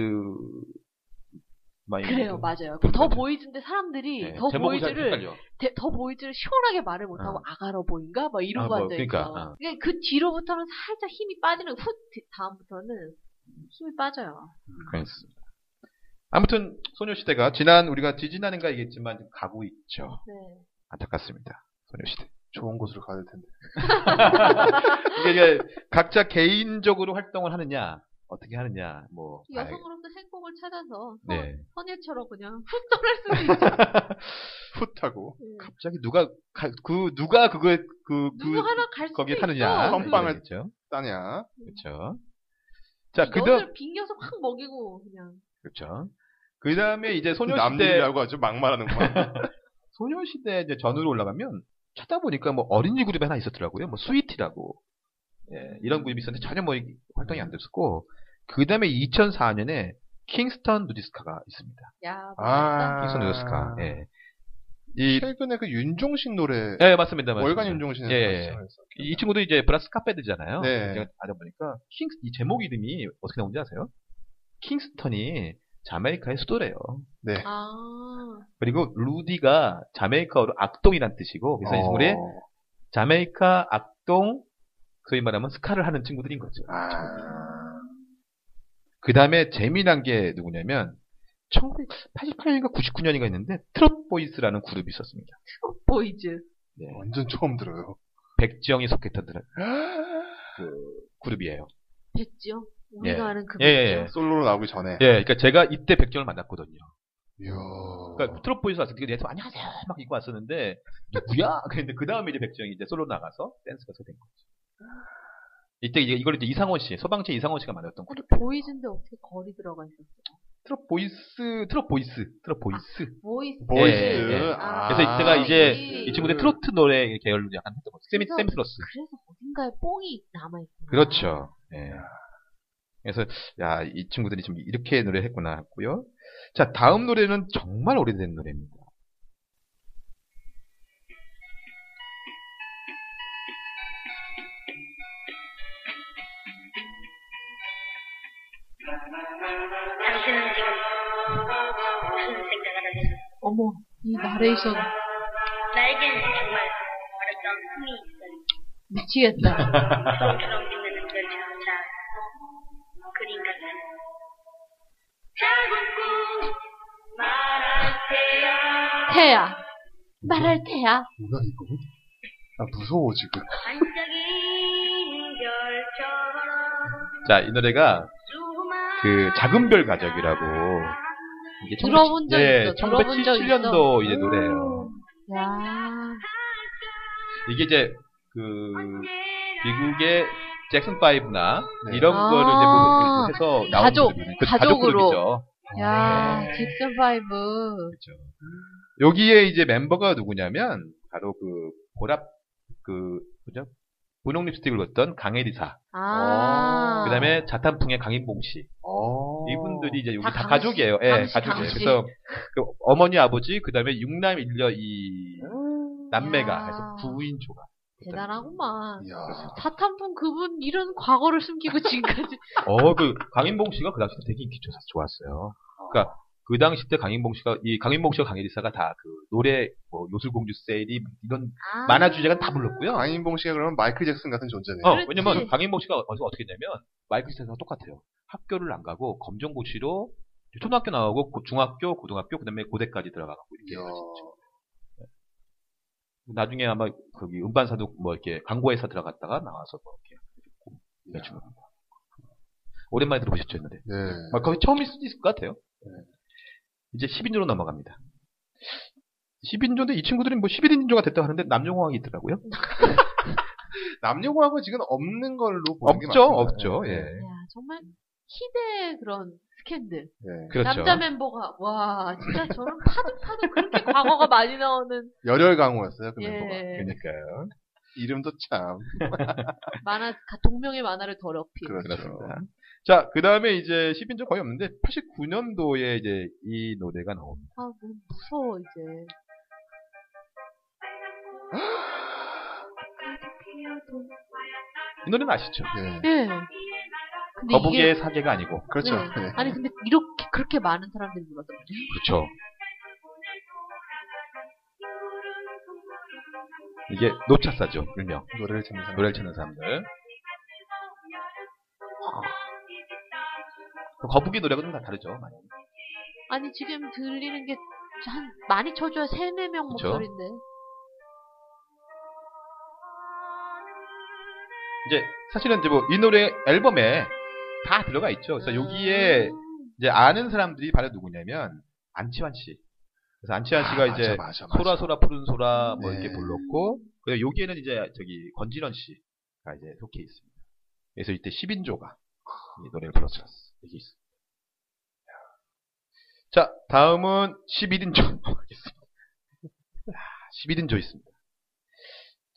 C: 많이
B: 그래요
C: 있는.
B: 맞아요.
C: 그런
B: 더
C: 거죠.
B: 보이즈인데 사람들이
C: 네,
B: 더
C: 예. 음. 제목은 잘
B: 보이즈를
C: 헷갈려.
B: 대- 더 보이즈를 시원하게 말을 못하고
C: 어.
B: 아가로 보인가 막 이런
C: 아,
B: 거
C: 뭐,
B: 앉아 있어.
C: 그러니까, 어.
B: 그러니까 그 뒤로부터는 살짝 힘이 빠지는 후 다음부터는 힘이 빠져요.
C: 그렇습니다. 아무튼 소녀시대가 지난 우리가 지지난인가 얘기했지만 지금 가고 있죠.
B: 네.
C: 안타깝습니다. 소녀시대.
D: 좋은 곳으로 가야 될 텐데.
C: 이게 이제 각자 개인적으로 활동을 하느냐 어떻게 하느냐 뭐
B: 그 여성으로서 행복을 찾아서
C: 아, 네.
B: 선예처럼 그냥 훅 떠날 수도 있죠.
D: 풋하고.
B: 네.
C: 갑자기 누가 가- 그 누가 그거에 그, 그
B: 누구 하나 갈 수도 네. 음.
C: 거기에
B: 있어.
C: 타느냐
D: 선빵을
C: 그렇죠.
D: 따냐.
C: 그렇죠.
B: 자,
C: 자 그다음
B: 빙겨서 확 먹이고 그냥.
C: 그렇죠. 그 다음에 이제 소녀시대
D: 남들이라고 아주 막말하는구만.
C: 소녀시대 이제 전후로 올라가면 찾아보니까 뭐 어린이 그룹이 하나 있었더라고요. 뭐 스위티라고 예, 이런 그룹이 있었는데 전혀 뭐 이- 활동이 안 됐었고 그 다음에 2004년에 킹스턴 누디스카가 있습니다.
B: 야, 뭐.
D: 아.
C: 킹스턴 누디스카. 예. 이
D: 최근에 그 윤종신 노래.
C: 예, 맞습니다. 맞습니다.
D: 월간 윤종신.
C: 예, 예. 이 친구도 이제 브라스 카페드잖아요.
D: 네.
C: 제가 알아보니까 킹스 이 제목 이름이 어떻게 나온지 아세요? 킹스턴이 자메이카의 수도래요.
D: 네.
B: 아.
C: 그리고 루디가 자메이카어로 악동이란 뜻이고 그래서
D: 어.
C: 이 친구들이 자메이카 악동 소위 말하면 스카를 하는 친구들인 거죠.
D: 아.
C: 그 다음에 재미난 게 누구냐면 1988년인가 99년인가 있는데 트롯 보이스라는 그룹이 있었습니다.
B: 어, 보이즈.
C: 네.
D: 완전 처음 들어요.
C: 백지영이 속했던 드라- 그 그룹이에요.
B: 백지영. 우리가
C: 예.
B: 아는 그
C: 예, 예, 예.
G: 네.
B: 백지영.
D: 솔로로 나오기 전에.
C: 예, 그러니까 제가 이때 백지영을 만났거든요.
D: 이야.
C: 그러니까 트롯 보이스 왔을 때 내한테 안녕하세요 막 입고 왔었는데 누구야? 그랬는데 그 다음에 이제 백지영이 이제 솔로 나가서 댄스 가수가 된 거죠. 이때 이제 이걸 이제 이상원 씨, 서방재 이상원 씨가 만들었던
B: 근데
C: 그룹.
B: 보이즈인데 어떻게 거리 들어가 있었어?
C: 트롯 보이스, 트롯 보이스, 트롯 보이스.
B: 보이즈.
D: 보이스.
C: 예, 예, 예.
B: 아.
C: 그래서 이때가 이제
B: 이-
C: 이 친구들 트로트 노래 계열로 약간 했던 거죠. 세미,
B: 그래서-
C: 세미슬러스.
B: 그래서 어딘가에 뽕이 남아있구나.
C: 그렇죠. 예. 그래서 야 이 친구들이 지금 이렇게 노래했구나 했고요. 자 다음 노래는 정말 오래된 노래입니다.
H: 당신은 지금 무슨 생각을 하세요?
B: 어머, 이 나레이션
H: 나에겐 정말 아름다운 꿈이 있어요.
B: 미치겠다.
H: 처음처럼 빛나는 별자차
B: 테야. 말할 테야.
G: 뭐야 이거? 나 무서워 지금.
H: 반짝이는 별처럼
C: 자, 이 노래가
H: 수많은
C: 그 작은 별 가족이라고 이게
B: 들어본 적
C: 예,
B: 있어. 들어본 음. 적
C: 1977년도 이제 노래예요.
B: 야.
C: 이게 이제 그 미국의 잭슨 5나
G: 네.
C: 이런
B: 아.
C: 거를 이제 뭐 해서 나온
B: 가족,
C: 분들이- 그
B: 가족으로.
C: 가족그룹이죠.
B: 야,
C: 네.
B: 잭슨 파이브.
C: 그렇죠. 여기에 이제 멤버가 누구냐면 바로 그 보랍 그 뭐죠? 분홍 립스틱을 걷던 강혜리사,
B: 아.
C: 어, 그다음에 자탄풍의 강인봉 씨,
G: 어.
C: 이분들이 이제 여기
B: 다
C: 다,
B: 강씨.
C: 가족이에요. 예,
B: 강씨,
C: 가족이에요.
B: 강씨.
C: 그래서 그 어머니, 아버지, 그다음에 육남 일녀 이 남매가
B: 야.
C: 그래서 부인조가
B: 아, 대단하구만.
G: 이야.
B: 사탄풍 그분 이런 과거를 숨기고 지금까지.
C: 어, 그 강인봉 씨가 그 당시 때 되게 인기 좋았- 좋았어요. 그러니까 그 당시 때 강인봉 씨가 이 강인봉 씨와 강일사가 다 그 노래 뭐 요술공주 세일이 이런
B: 아.
C: 만화 주제가 다 불렀고요.
G: 강인봉 씨가 그러면 마이클 잭슨 같은 존재네요.
C: 어,
B: 그렇지.
C: 왜냐면 강인봉 씨가 어디서 어떻게 했냐면 마이클 잭슨과 똑같아요. 학교를 안 가고 검정고시로 초등학교 나오고 고- 중학교, 고등학교, 그다음에 고대까지 들어가고 이렇게
G: 이야.
C: 나중에 아마 거기 음반사도 뭐 이렇게 광고회사 들어갔다가 나와서 뭐 이렇게 매출을 한 거. 오랜만에 들어보셨죠, 옛날에.
G: 네.
C: 아, 거의 처음일 수도 있을 것 같아요. 이제 10인조로 넘어갑니다. 10인조인데 이 친구들은 뭐 11인조가 됐다고 하는데 남녀공학이 있더라고요.
G: 남녀공학은 지금 없는 걸로 보는 게
C: 없죠,
G: 어, 맞습니다. 네.
C: 없죠. 예.
B: 야, 정말 희대의 그런 스캔들.
G: 예.
C: 그렇죠.
B: 남자 멤버가 와 진짜 저런 파도파도 그렇게 광어가 많이 나오는
G: 열혈 강호였어요 그
B: 예.
G: 멤버가.
C: 그러니까요.
G: 이름도 참.
B: 만화 동명의 만화를 더럽힌
G: 그렇죠.
C: 그렇습니다. 자, 그 다음에 이제 10인조 거의 없는데 89년도에 이제 이 노래가 나옵니다.
B: 아 너무 무서워 이제
C: 이 노래는 아시죠?
G: 예.
B: 예 근데
C: 거북이의
B: 이게-
C: 사계가 아니고.
G: 그렇죠.
B: 네.
G: 네.
B: 아니 근데 이렇게 그렇게 많은 사람들이 불렀던 거지
C: 그렇죠. 이게 노차사죠, 일명.
G: 노래를 듣는 사람.
C: 노래를 찾는 사람들. 그 거북이 노래하고는 다 다르죠, 많이.
B: 아니 지금 들리는 게 한 많이 쳐줘야 세네 명
C: 그쵸.
B: 목소리인데
C: 이제 사실은 이제 뭐 이 노래 앨범에 다 들어가 있죠. 그래서 여기에
B: 음.
C: 이제 아는 사람들이 바로 누구냐면 안치환 씨. 그래서 안치환 씨가
G: 아,
C: 이제
G: 맞아, 맞아, 맞아.
C: 소라 소라 푸른 소라 뭐
G: 네.
C: 이렇게 불렀고 그리고 여기에는 이제 저기 권진원 씨가 이제 속해 있습니다. 그래서 이때 10인조가 이 노래를 불렀죠. 여기 있습니다. 자, 다음은 11인조 넘어가겠습니다. 11인조 있습니다.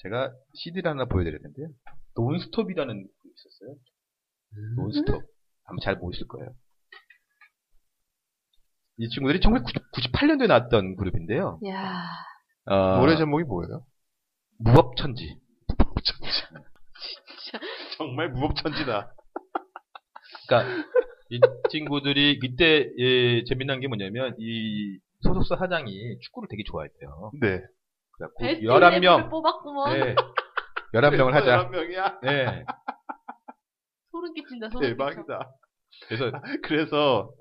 C: 제가 CD를 하나 보여드려야 되는데요. 논스톱이라는 곡이 있었어요. 논스톱. 아마 잘 모르실 거예요. 이 친구들이 1998년도에 나왔던 그룹인데요.
B: 야
C: 어,
G: 노래 제목이 뭐예요?
C: 무법천지.
G: 정말 무법천지다.
C: 그러니까 이 친구들이 그때 예, 재미난 게 뭐냐면 이 소속사 사장이 축구를 되게 좋아했대요.
G: 네.
C: 그래갖고
B: 베스트 11을
C: 11명.
B: 뽑았구만
C: 예. 11명을 하자.
G: 11명이야.
C: 네.
B: 소름 끼친다 소름 끼쳐
G: 대박이다.
C: 그래서
G: 그래서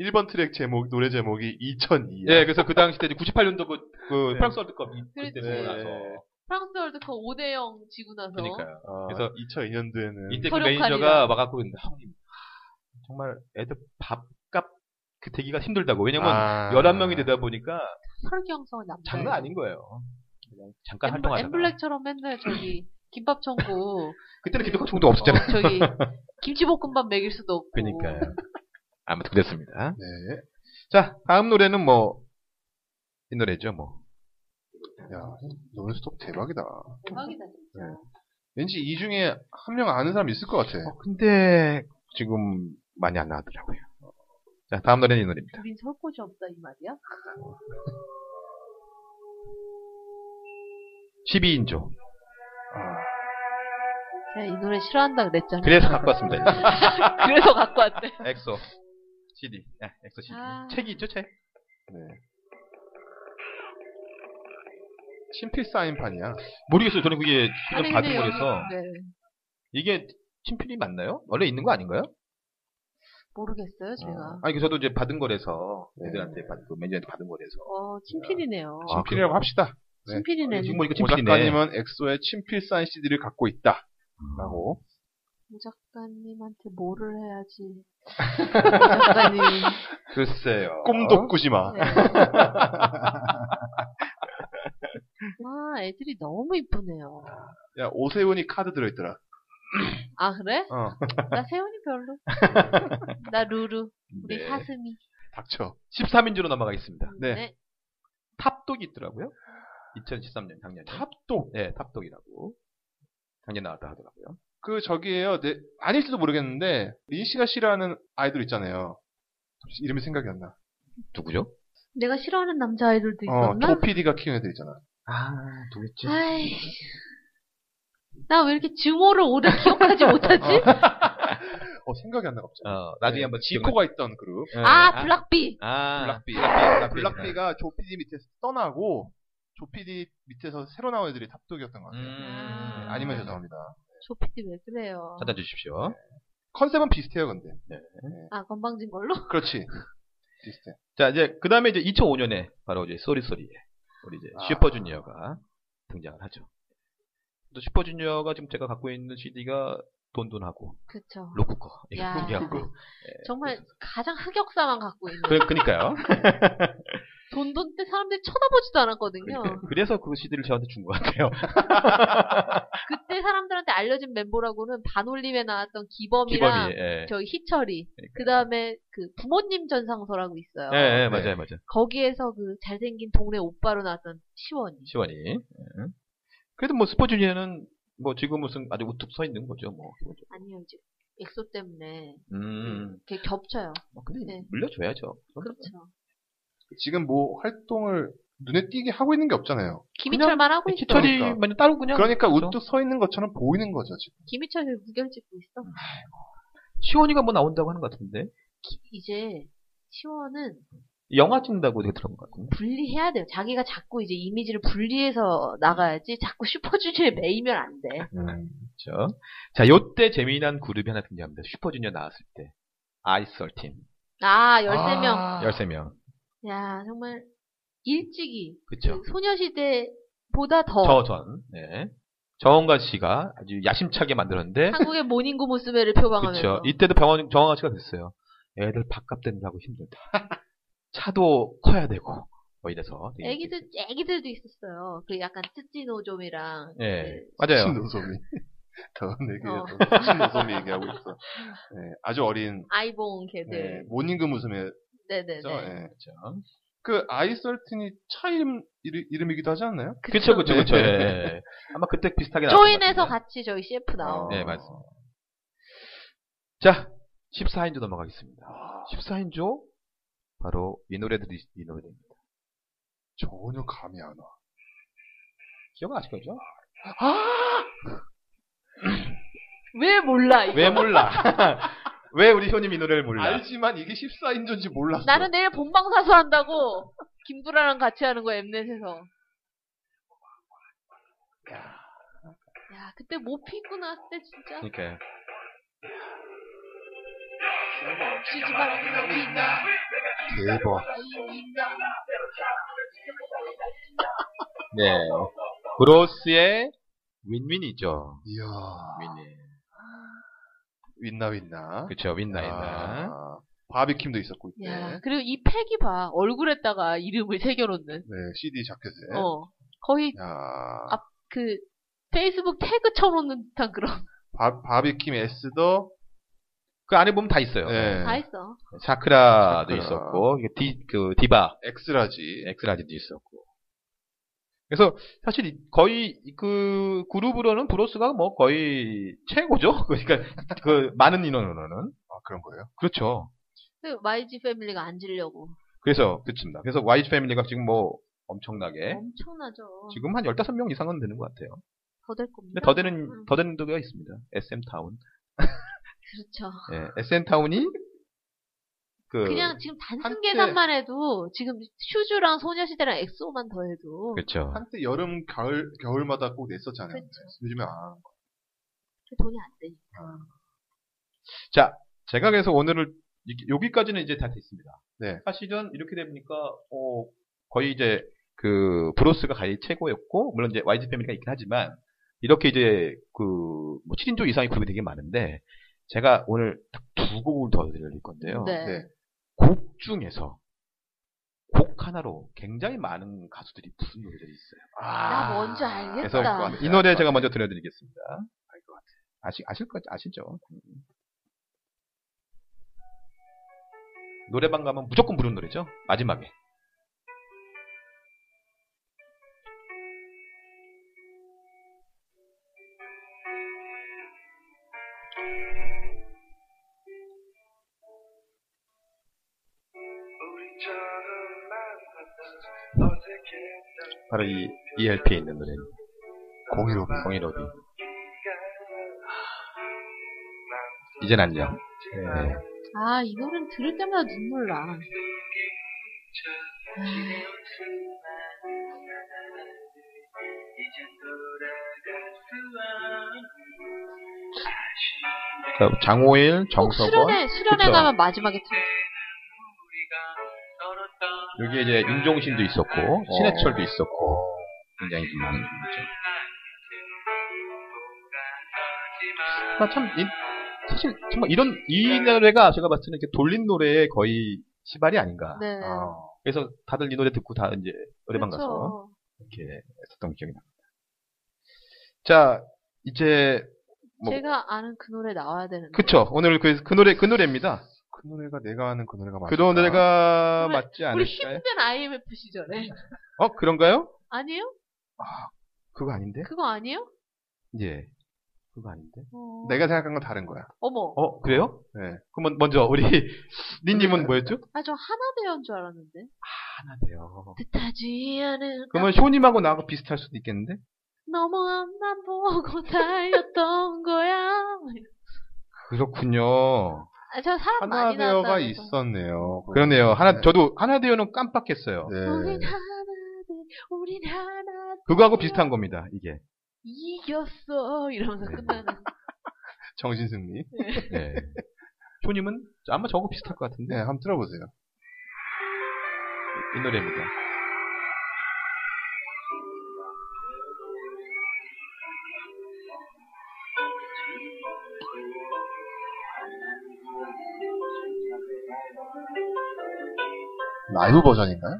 G: 1번 트랙 제목, 노래 제목이 2002야.
C: 예, 그래서 그 당시 때 98년도 그, 그
G: 네.
C: 프랑스 월드컵 이- 그때
B: 그렇지.
C: 보고 나서
G: 네.
B: 프랑스 월드컵 5대0 지고 나서
C: 그러니까요.
G: 그래서
C: 그래서
G: 2002년도에는
C: 이때 그
B: 서력하리라.
C: 매니저가 와갖고 근데 형님 정말 애들 밥값 그 대기가 힘들다고. 왜냐면
G: 아.
C: 11명이 되다 보니까
B: 혈경성 남자
C: 장난 아닌 거예요. 그냥 잠깐
B: 엠블-
C: 활동하다가.
B: 엠블랙처럼 맨날 저기 김밥 천국
C: 그때는 기독교 정도 없었잖아요.
B: 어, 저기 김치볶음밥 먹일 수도 없고.
C: 그러니까요. 어. 아무튼 그랬습니다.
G: 네.
C: 자, 다음 노래는 뭐, 이 노래죠, 뭐.
G: 야, 논스톱 대박이다.
B: 대박이다 진짜.
G: 왠지 이 중에 한 명 아는 사람 있을 것 같아.
C: 어, 근데, 지금, 많이 안 나왔더라고요. 자, 다음 노래는 이 노래입니다.
B: 우린 설거지 없다 이 말이야?
C: 12인조.
G: 아,
B: 내가 이 노래 싫어한다 그랬잖아.
C: 그래서 갖고 왔습니다.
B: 그래서 갖고 왔대.
C: 엑소. CD. 네, 엑소 CD.
B: 아.
C: 책이 있죠, 책?
G: 네. 친필 사인판이야.
C: 모르겠어요. 저는 그게
B: 아니,
C: 그냥
B: 근데
C: 받은
B: 여기-
C: 거라서.
B: 네.
C: 이게, 친필이 맞나요? 원래 있는 거 아닌가요?
B: 모르겠어요, 제가.
C: 아, 이게 저도 이제 받은 거래서,
D: 네.
C: 애들한테 받은, 거, 매니저한테 받은 거래서.
B: 어, 친필이네요.
C: 아,
D: 친필이라고 합시다. 네.
B: 친필이네.
C: 지금 보니까
G: 뭐
D: 오
C: 뭐 침필이네.
D: 작가님은 엑소의 친필 사인 CD를 갖고 있다. 라고.
B: 오뭐 작가님한테 뭐를 해야지. 오 작가님.
C: 글쎄요.
D: 꿈도 꾸지 마.
B: 네. 아, 애들이 너무 이쁘네요.
D: 야, 오세훈이 카드 들어있더라.
B: 아, 그래?
D: 어.
B: 나 세훈이 별로. 나 루루. 우리
C: 네.
B: 사슴이.
D: 닥쳐.
C: 13인조로 넘어가겠습니다.
D: 네.
C: 탑독이 있더라고요. 2013년, 작년에.
D: 탑도.
C: 네, 탑독이라고. 작년 나왔다 하더라고요.
D: 그, 저기에요. 네, 아닐지도 모르겠는데, 린 씨가 싫어하는 아이돌 있잖아요. 혹시 이름이 생각이 안 나.
C: 누구죠?
B: 내가 싫어하는 남자 아이돌도
D: 어,
B: 있었나?
D: 조 PD가 키운 애들 있잖아.
C: 아, 누구였지?
B: 아이. 나 왜 이렇게 증오를 오래 기억하지 못하지?
D: 어, 생각이 안 나, 갑자기.
C: 어, 나중에 한번
D: 지코가 있던 그룹.
C: 기억나- 네.
B: 아, 블락비.
C: 아, 네.
D: 블락비. 블락비가 조 PD 밑에서 떠나고, 조 PD 밑에서 새로 나온 애들이 탑독이었던 것 같아요. 네,
C: 음.
D: 아니면 죄송합니다.
B: 조피디 왜 그래요?
C: 찾아주십시오.
D: 컨셉은 비슷해요, 근데.
B: 아, 건방진 걸로?
D: 그렇지. 비슷해.
C: 자, 이제, 그 다음에 이제 2005년에 바로 이제 쏘리쏘리에 우리 이제
D: 아.
C: 슈퍼주니어가 등장을 하죠. 또 슈퍼주니어가 지금 제가 갖고 있는 CD가 돈돈하고
B: 그쵸.
C: 로쿠커 예, 이거
B: 야.
C: 하고
B: 정말 가장 흑역사만 갖고 있는.
C: 그, 그니까요.
B: 돈돈 때 사람들이 쳐다보지도 않았거든요.
C: 그래서 그 CD를 저한테 준 것 같아요.
B: 그때 사람들한테 알려진 멤버라고는 반올림에 나왔던 기범이랑
C: 기범이. 예.
B: 저희 희철이 그 다음에 그 부모님 전상서라고 있어요.
C: 예,
D: 네.
C: 예, 맞아요, 맞아요.
B: 거기에서 그 잘생긴 동네 오빠로 나왔던 시원이.
C: 시원이. 예. 그래도 뭐 슈퍼주니어는 뭐 지금 무슨 아주 우뚝 서 있는 거죠, 뭐.
B: 아니요 이제 엑소 때문에
C: 음.
B: 이렇게 겹쳐요.
C: 뭐 근데
B: 네.
C: 물려줘야죠.
B: 그렇죠.
D: 지금 뭐 활동을 눈에 띄게 하고 있는 게 없잖아요.
B: 김희철만 하고 있어.
C: 희철이
D: 그러니까.
C: 만약 따로 그냥
D: 그러니까
C: 그렇죠.
D: 우뚝 서 있는 것처럼 보이는 거죠, 지금.
B: 김희철이 무결 찍고 있어.
C: 시원이가 뭐 나온다고 하는 것 같은데
B: 기- 이제 시원은
C: 영화 찍는다고 되게 들은 것 같은데.
B: 분리해야 돼요. 자기가 자꾸 이제 이미지를 분리해서 나가야지 자꾸 슈퍼주니어에 매이면 안 돼.
C: 그렇죠. 자, 요때 재미난 그룹이 하나 등장합니다. 슈퍼주니어 나왔을 때. 아이설팀.
B: 아 13명.
D: 아.
C: 13명.
B: 야 정말 일찍이
C: 그쵸.
B: 그 소녀시대보다 더
C: 저 전. 네. 정원가 씨가 아주 야심차게 만들었는데.
B: 한국의 모닝구 무스베를
C: 그쵸.
B: 표방하면서
C: 이때도 병원, 정원가 씨가 그랬어요. 애들 밥값 된다고 힘들다. 차도 커야 되고. 뭐 이래서. 되게
B: 애기들 애기들도 있었어요. 그 약간 쯔찌노좀이랑
C: 예.
B: 그
C: 맞아요.
D: 신노소미. 더
B: 어.
D: 내게 신노소미 얘기하고 있어. 네, 아주 어린
B: 아이봉
D: 네,
C: 예.
B: 걔들.
D: 모닝금 웃음에
B: 네. 네네
D: 죠
B: 네.
C: 그쵸.
D: 그 아이설틴이 차 이름 이르- 이름이기도 하지 않나요?
C: 그쵸, 그쵸, 그쵸.
D: 네.
C: 예. 아마 그때 비슷하게 나왔던
B: 조인해서
C: 것 같은데.
B: 같이 저희 CF
D: 아,
B: 나온.
C: 네, 맞습니다. 자, 14인조 넘어가겠습니다. 14인조? 바로 이 노래들이 이 노래입니다.
D: 전혀 감이 안 와.
C: 기억나실 거죠?
B: 왜 몰라 이거?
C: 왜 몰라? 왜 우리 효님 이 노래를 몰라?
D: 알지만 이게 14인조인지 몰랐어.
B: 나는 내일 본방사수 한다고 김두라랑 같이 하는 거야 엠넷에서. 야 그때 모피 입고 나왔을 때 진짜
C: 그러니까
B: 쥐지방 모피 있나?
D: 대박.
C: 네 브로스의 윈윈이죠.
D: 이야.
C: 윈윈.
D: 윈나 윈나.
C: 그렇죠 윈나 윈나.
D: 아, 바비킴도 있었고
C: 네.
D: 이때. 네,
B: 야, 그리고 이 팩이 봐. 얼굴에다가 이름을 새겨놓는.
D: 네, CD 자켓에.
B: 어. 거의
D: 야.
B: 그 페이스북 태그 쳐놓는 듯한 그런.
D: 바, 바비킴 S도
C: 그 안에 보면 다 있어요.
D: 네.
B: 다 있어.
C: 사크라도
D: 사크라.
C: 있었고 이게 디, 그 디바
D: 엑스라지.
C: 엑스라지도 있었고. 그래서 사실 이- 거의 그 그룹으로는 브로스가 뭐 거의 최고죠. 그러니까 그 많은 인원으로는
D: 아, 그런 거예요?
C: 그렇죠.
B: 그 YG 패밀리가 안 지려고.
C: 그래서 그렇습니다. 그래서 YG 패밀리가 지금 뭐 엄청나게
B: 엄청나죠.
C: 지금 한 15명 이상은 되는 것 같아요.
B: 더 될 겁니다.
C: 근데 더 되는,
B: 음,
C: 더 되는 데가 있습니다. SM타운.
B: 그렇죠.
C: 예, SM타운이, 그,
B: 그냥 지금 단순 계산만 해도 지금 슈즈랑 소녀시대랑 엑소만 더해도
C: 그쵸.
D: 한때 여름, 가을, 겨울마다 꼭 냈었잖아요.
B: 그렇죠.
D: 요즘에 안 하는 거.
C: 그
B: 돈이 안 되니까.
C: 자, 제가 그래서 오늘을 이렇게- 여기까지는 이제 다 됐습니다.
D: 네.
C: 사실은 이렇게 되니까 어, 거의 이제 그 브로스가 가히 최고였고 물론 이제 YG 패밀리가 있긴 하지만 이렇게 이제 그뭐 7인조 이상의 그룹이 되게 많은데 제가 오늘 딱 두 곡을 더 드릴 건데요.
B: 네.
D: 네.
C: 곡 중에서 곡 하나로 굉장히 많은 가수들이 부른 노래들이 있어요.
B: 나
C: 아,
B: 뭔지
C: 그래서
B: 알겠다.
C: 이 노래 제가 먼저 들려드리겠습니다. 아시, 아실 거 아시죠? 음. 당연히. 노래방 가면 무조건 부르는 노래죠. 마지막에. 바로 이 ELP에 있는 노래.
D: 공이로
C: 공일오비. 이젠 안녕. 네.
B: 아, 이 노래는 들을 때마다 눈물 나.
C: 자, 장호일,
B: 꼭
C: 정석원.
B: 수련회, 수련회
C: 그쵸.
B: 가면 마지막에 틀
C: 여기 이제 윤종신도
B: 어.
C: 있었고, 신해철도 있었고, 굉장히 많은 분이죠. 아, 참, 이, 사실, 정말 이런, 이 노래가 제가 봤을 때는 이렇게 돌린 노래의 거의 시발이 아닌가.
B: 네. 그렇죠.
C: 어. 그래서 다들 이 노래 듣고 다 이제 노래방 가서
B: 그쵸.
C: 이렇게 했었던 기억이 납니다. 자, 이제, 뭐-
B: 제가 아는 그 노래 나와야 되는데.
C: 그쵸. 오늘 그, 그 노래, 그 노래입니다.
D: 그 노래가 내가 아는 그 노래가 맞아.
C: 그 노래가
B: 우리-
C: 맞지
B: 우리
C: 않을까요?
B: 힘든 IMF 시절에.
C: 어, 그런가요?
B: 아니에요?
C: 그거 아닌데?
B: 그거 아니에요?
C: 예. 그거 아닌데?
B: 어.
D: 내가 생각한 건 다른 거야.
B: 어머.
C: 어, 그래요?
D: 네.
C: 그럼 먼저, 우리, 니님은 뭐였죠?
B: 아, 저 하나대연 줄 알았는데.
C: 하나 돼요.
B: 뜻하지 않은
C: 그러면 쇼님하고 나하고 비슷할 수도 있겠는데?
B: 너무 앞만 보고 달렸던 거야.
C: 그렇군요.
B: 아, 저 사람 많이 나왔다.
D: 하나대어가 있었네요.
C: 그러네요. 하나,
D: 네.
C: 저도 하나 돼요는 깜빡했어요.
D: 네.
B: 우린 하나대, 우린 하나.
C: 그거하고 비슷한 겁니다, 이게.
B: 이겼어 이러면서
C: 네.
B: 끝나는.
D: 정신승리.
C: 네. 쇼님은 아마 저거 비슷할 것 같은데?
D: 네, 한번 들어보세요.
C: 이 노래입니다.
D: 라이브 버전인가요?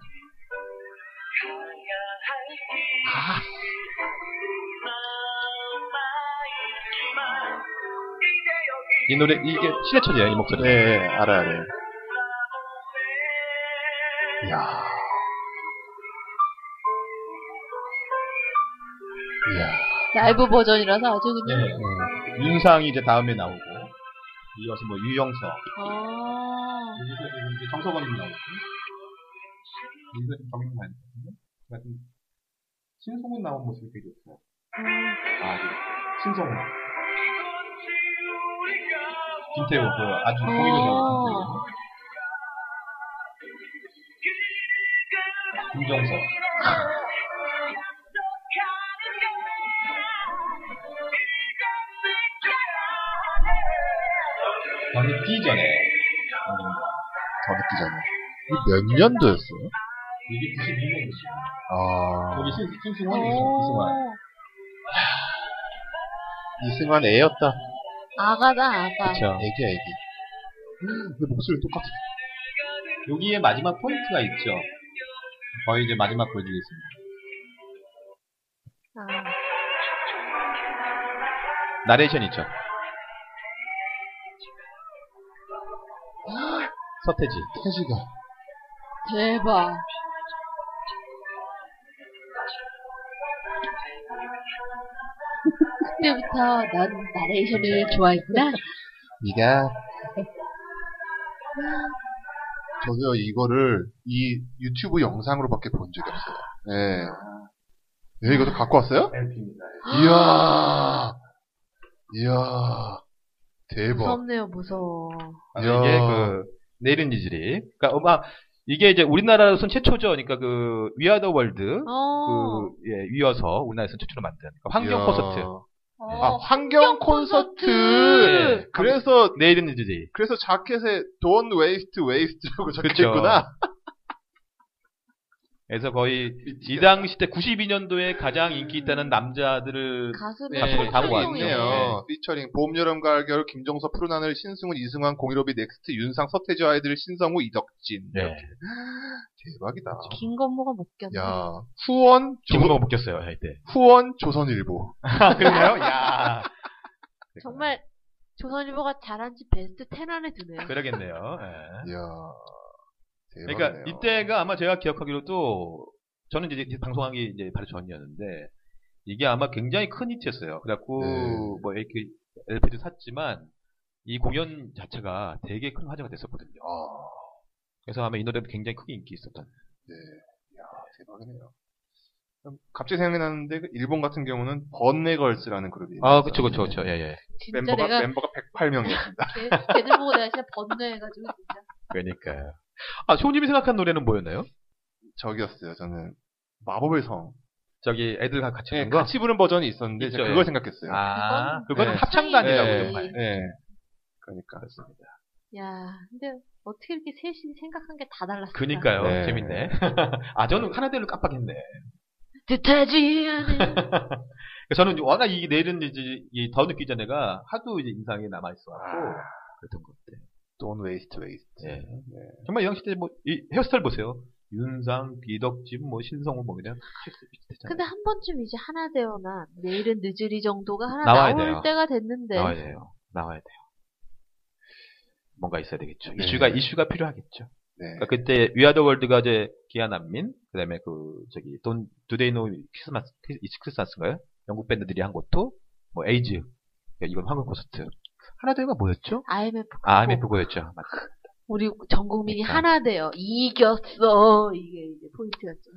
C: 이 노래, 이게 신해철이에요, 이 목소리.
D: 네, 알아요, 알아요. 이야. 이야.
B: 라이브 버전이라서 아주 그냥.
C: 네. 윤상이 이제 다음에 나오고, 이어서 뭐 유영석,
B: 아.
C: 이제 정서범님 나오고, 이거 좀 정인 아닌데, 같은 신성훈 나온 모습이 되게 좋고,
B: 음.
C: 아, 네. 신성훈, 김태호 그 아주 공익을
B: 어.
C: 나오고, 김정석, 저는 B전에
D: 더 늦기 전에. 이몇 년도였어요?
C: 이게 92년도죠.
D: 아.
C: 여기 신- 신승환이 있어요, 이승환.
B: 어.
D: 이승환 애였다.
B: 아가다 아가.
C: 그렇죠.
D: 애기야, 애기. 근데 목소리 똑같아.
C: 그 여기에 마지막 포인트가 있죠. 거의 이제 마지막 보여드리겠습니다.
B: 아.
C: 나레이션 있죠. 서태지.
D: 태지가.
B: 대박. 그때부터 난 나레이션을 좋아했구나.
D: 니가. 저도요, 이거를 이 유튜브 영상으로밖에 본 적이 없어요. 네. 예, 이것도 갖고 왔어요?
C: LP입니다.
D: 이야. 이야. 대박.
B: 무섭네요, 무서워.
C: 이게 그, 내일은 이즈리. 그니까 음악, 이게 이제 우리나라로선 최초죠. 그니까 그, 위아더 월드.
B: 어.
C: 그, 예, 위어서 우리나라에서 최초로 만든 그러니까 환경 콘서트.
B: 어,
D: 아, 환경 콘서트.
C: 네.
D: 그래서
C: 내일은 이제 내일.
D: 그래서 자켓에 Don't Waste Waste라고 적혀
C: 그쵸. 아,
D: 있구나.
C: 그래서 거의 이
D: 미치겠다.
C: 당시 때 92년도에 가장 인기 있다는 남자들을
B: 가슴에
D: 네,
C: 가슴을 다 하고
B: 활동이에요.
C: 왔네요.
D: 피처링이에요. 피처링 봄, 여름, 가을, 겨울 김종서, 푸른하늘, 신승훈, 이승환, 공일오비, 넥스트, 윤상, 서태지 아이들, 신성우, 이덕진.
C: 네.
D: 대박이다.
B: 긴 건모가 못 견뎌.
D: 야 후원
C: 김구가
D: 조,
C: 묶였어요 이때.
D: 후원 조선일보.
C: 아 그랬나요? 야.
B: 정말 조선일보가 잘한 지 베스트 10 안에 드네요.
C: 그러겠네요. 예.
D: 이야 대박이네요.
C: 그러니까 이때가 아마 제가 기억하기로도 저는 이제 이제 방송하기 이제 바로 전이었는데 이게 아마 굉장히 큰 히트였어요. 그래갖고
D: 네.
C: 뭐 이렇게 LP도 샀지만 이 공연 자체가 되게 큰 화제가 됐었거든요.
D: 아,
C: 그래서 아마 이 노래도 굉장히 크게 인기 있었던.
D: 네. 이야 대박이네요. 그럼 갑자기 생각나는데 그 일본 같은 경우는 번네걸스라는 그룹이
C: 아,
D: 있어요.
C: 그쵸, 그쵸, 그쵸. 예, 예.
B: 진짜
D: 멤버가
B: 내가
D: 멤버가 108명이었습니다.
B: 걔, 걔들 보고 내가 진짜 번뇌해가지고 진짜.
C: 그러니까요. 아, 쇼님이 생각한 노래는 뭐였나요?
D: 저기였어요. 저는 마법의 성.
C: 저기 애들 네, 같이
D: 예,
C: 부른 거?
D: 같이 부른 버전이 있었는데
C: 있죠,
D: 제가 그걸
C: 예.
D: 생각했어요.
C: 아,
B: 그건-
C: 그거는
D: 네.
C: 합창도 아니라고
D: 네.
C: 정말.
D: 예. 그러니까.
C: 그렇습니다.
B: 야, 근데 어떻게 이렇게 셋이 생각한 게 다 달랐을까?
C: 그니까요.
D: 네.
C: 재밌네. 아, 저는 하나대로 깜빡했네.
B: 뜻하지 않은
C: 저는 이제 워낙 이 내일은 이제 이더 늦기 전에가 하도 이제 인상이 남아있어갖고
D: 아. 네.
C: 그랬던 것 같아요.
D: Don't waste waste.
C: 예. 정말 이왕 시대 뭐이 헤어스타일 보세요. 윤상, 비덕진, 뭐 신성우 뭐 그냥 다 비슷했잖아요.
B: 근데 한 번쯤 이제 하나 되어나 내일은 늦으리 정도가 하나
C: 나와야
B: 나올
C: 돼요.
B: 때가 됐는데
C: 나와야 돼요. 나와야 돼요. 뭔가 있어야 되겠죠.
D: 네.
C: 이슈가 이슈가 필요하겠죠.
D: 네.
C: 그러니까 그때 위아더 월드가 이제 기아 난민, 그다음에 그 저기 돈 두데이노 크리스마스 이츠 크리스마스인가요? 영국 밴드들이 한 것도 뭐 에이즈 이건 황금 콘서트. 하나대가 뭐였죠?
B: IMF
C: 아, IMF 그거였죠. 맞-
B: 우리 전 국민이
C: 그러니까.
B: 하나 되어 이겼어 이게 이제 포인트였죠.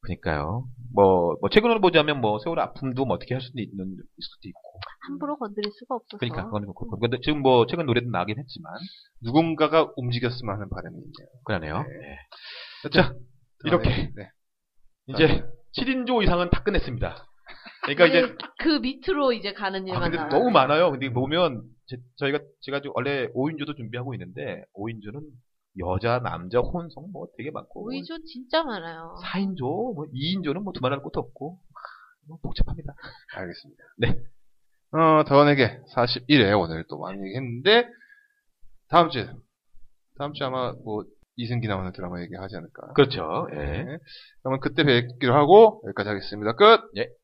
C: 그러니까요. 뭐, 뭐 최근으로 보자면 뭐 세월 아픔도 뭐 어떻게 할 수도 있는 있을 수도 있고.
B: 함부로 건드릴 수가 없어서.
C: 그러니까 그건 그렇고. 근데 지금 뭐 최근 노래도 나긴 했지만
D: 누군가가 움직였으면 하는 바람이 있네요.
C: 그러네요.
D: 자,
C: 이렇게.
D: 네.
C: 이제 7인조 이상은 다 끝냈습니다. 그러니까 이제
B: 그 밑으로 이제 가는
C: 아,
B: 일만
C: 근데
B: 남아.
C: 너무 많아요. 근데 보면 제- 저희가 제가 지금 원래 5인조도 준비하고 있는데 5인조는 여자, 남자, 혼성 뭐 되게 많고
B: 오이조 진짜 많아요.
C: 4인조, 뭐 2인조는 뭐 두말할 것도 없고 뭐 복잡합니다.
D: 알겠습니다.
C: 네.
D: 어, 더원에게 41회 오늘 또 많이 얘기했는데, 다음 주에, 다음 주에 아마 뭐, 이승기 나오는 드라마 얘기하지 않을까.
C: 그렇죠. 예.
D: 네. 그러면 그때 뵙기로 하고, 여기까지 하겠습니다. 끝!
C: 예.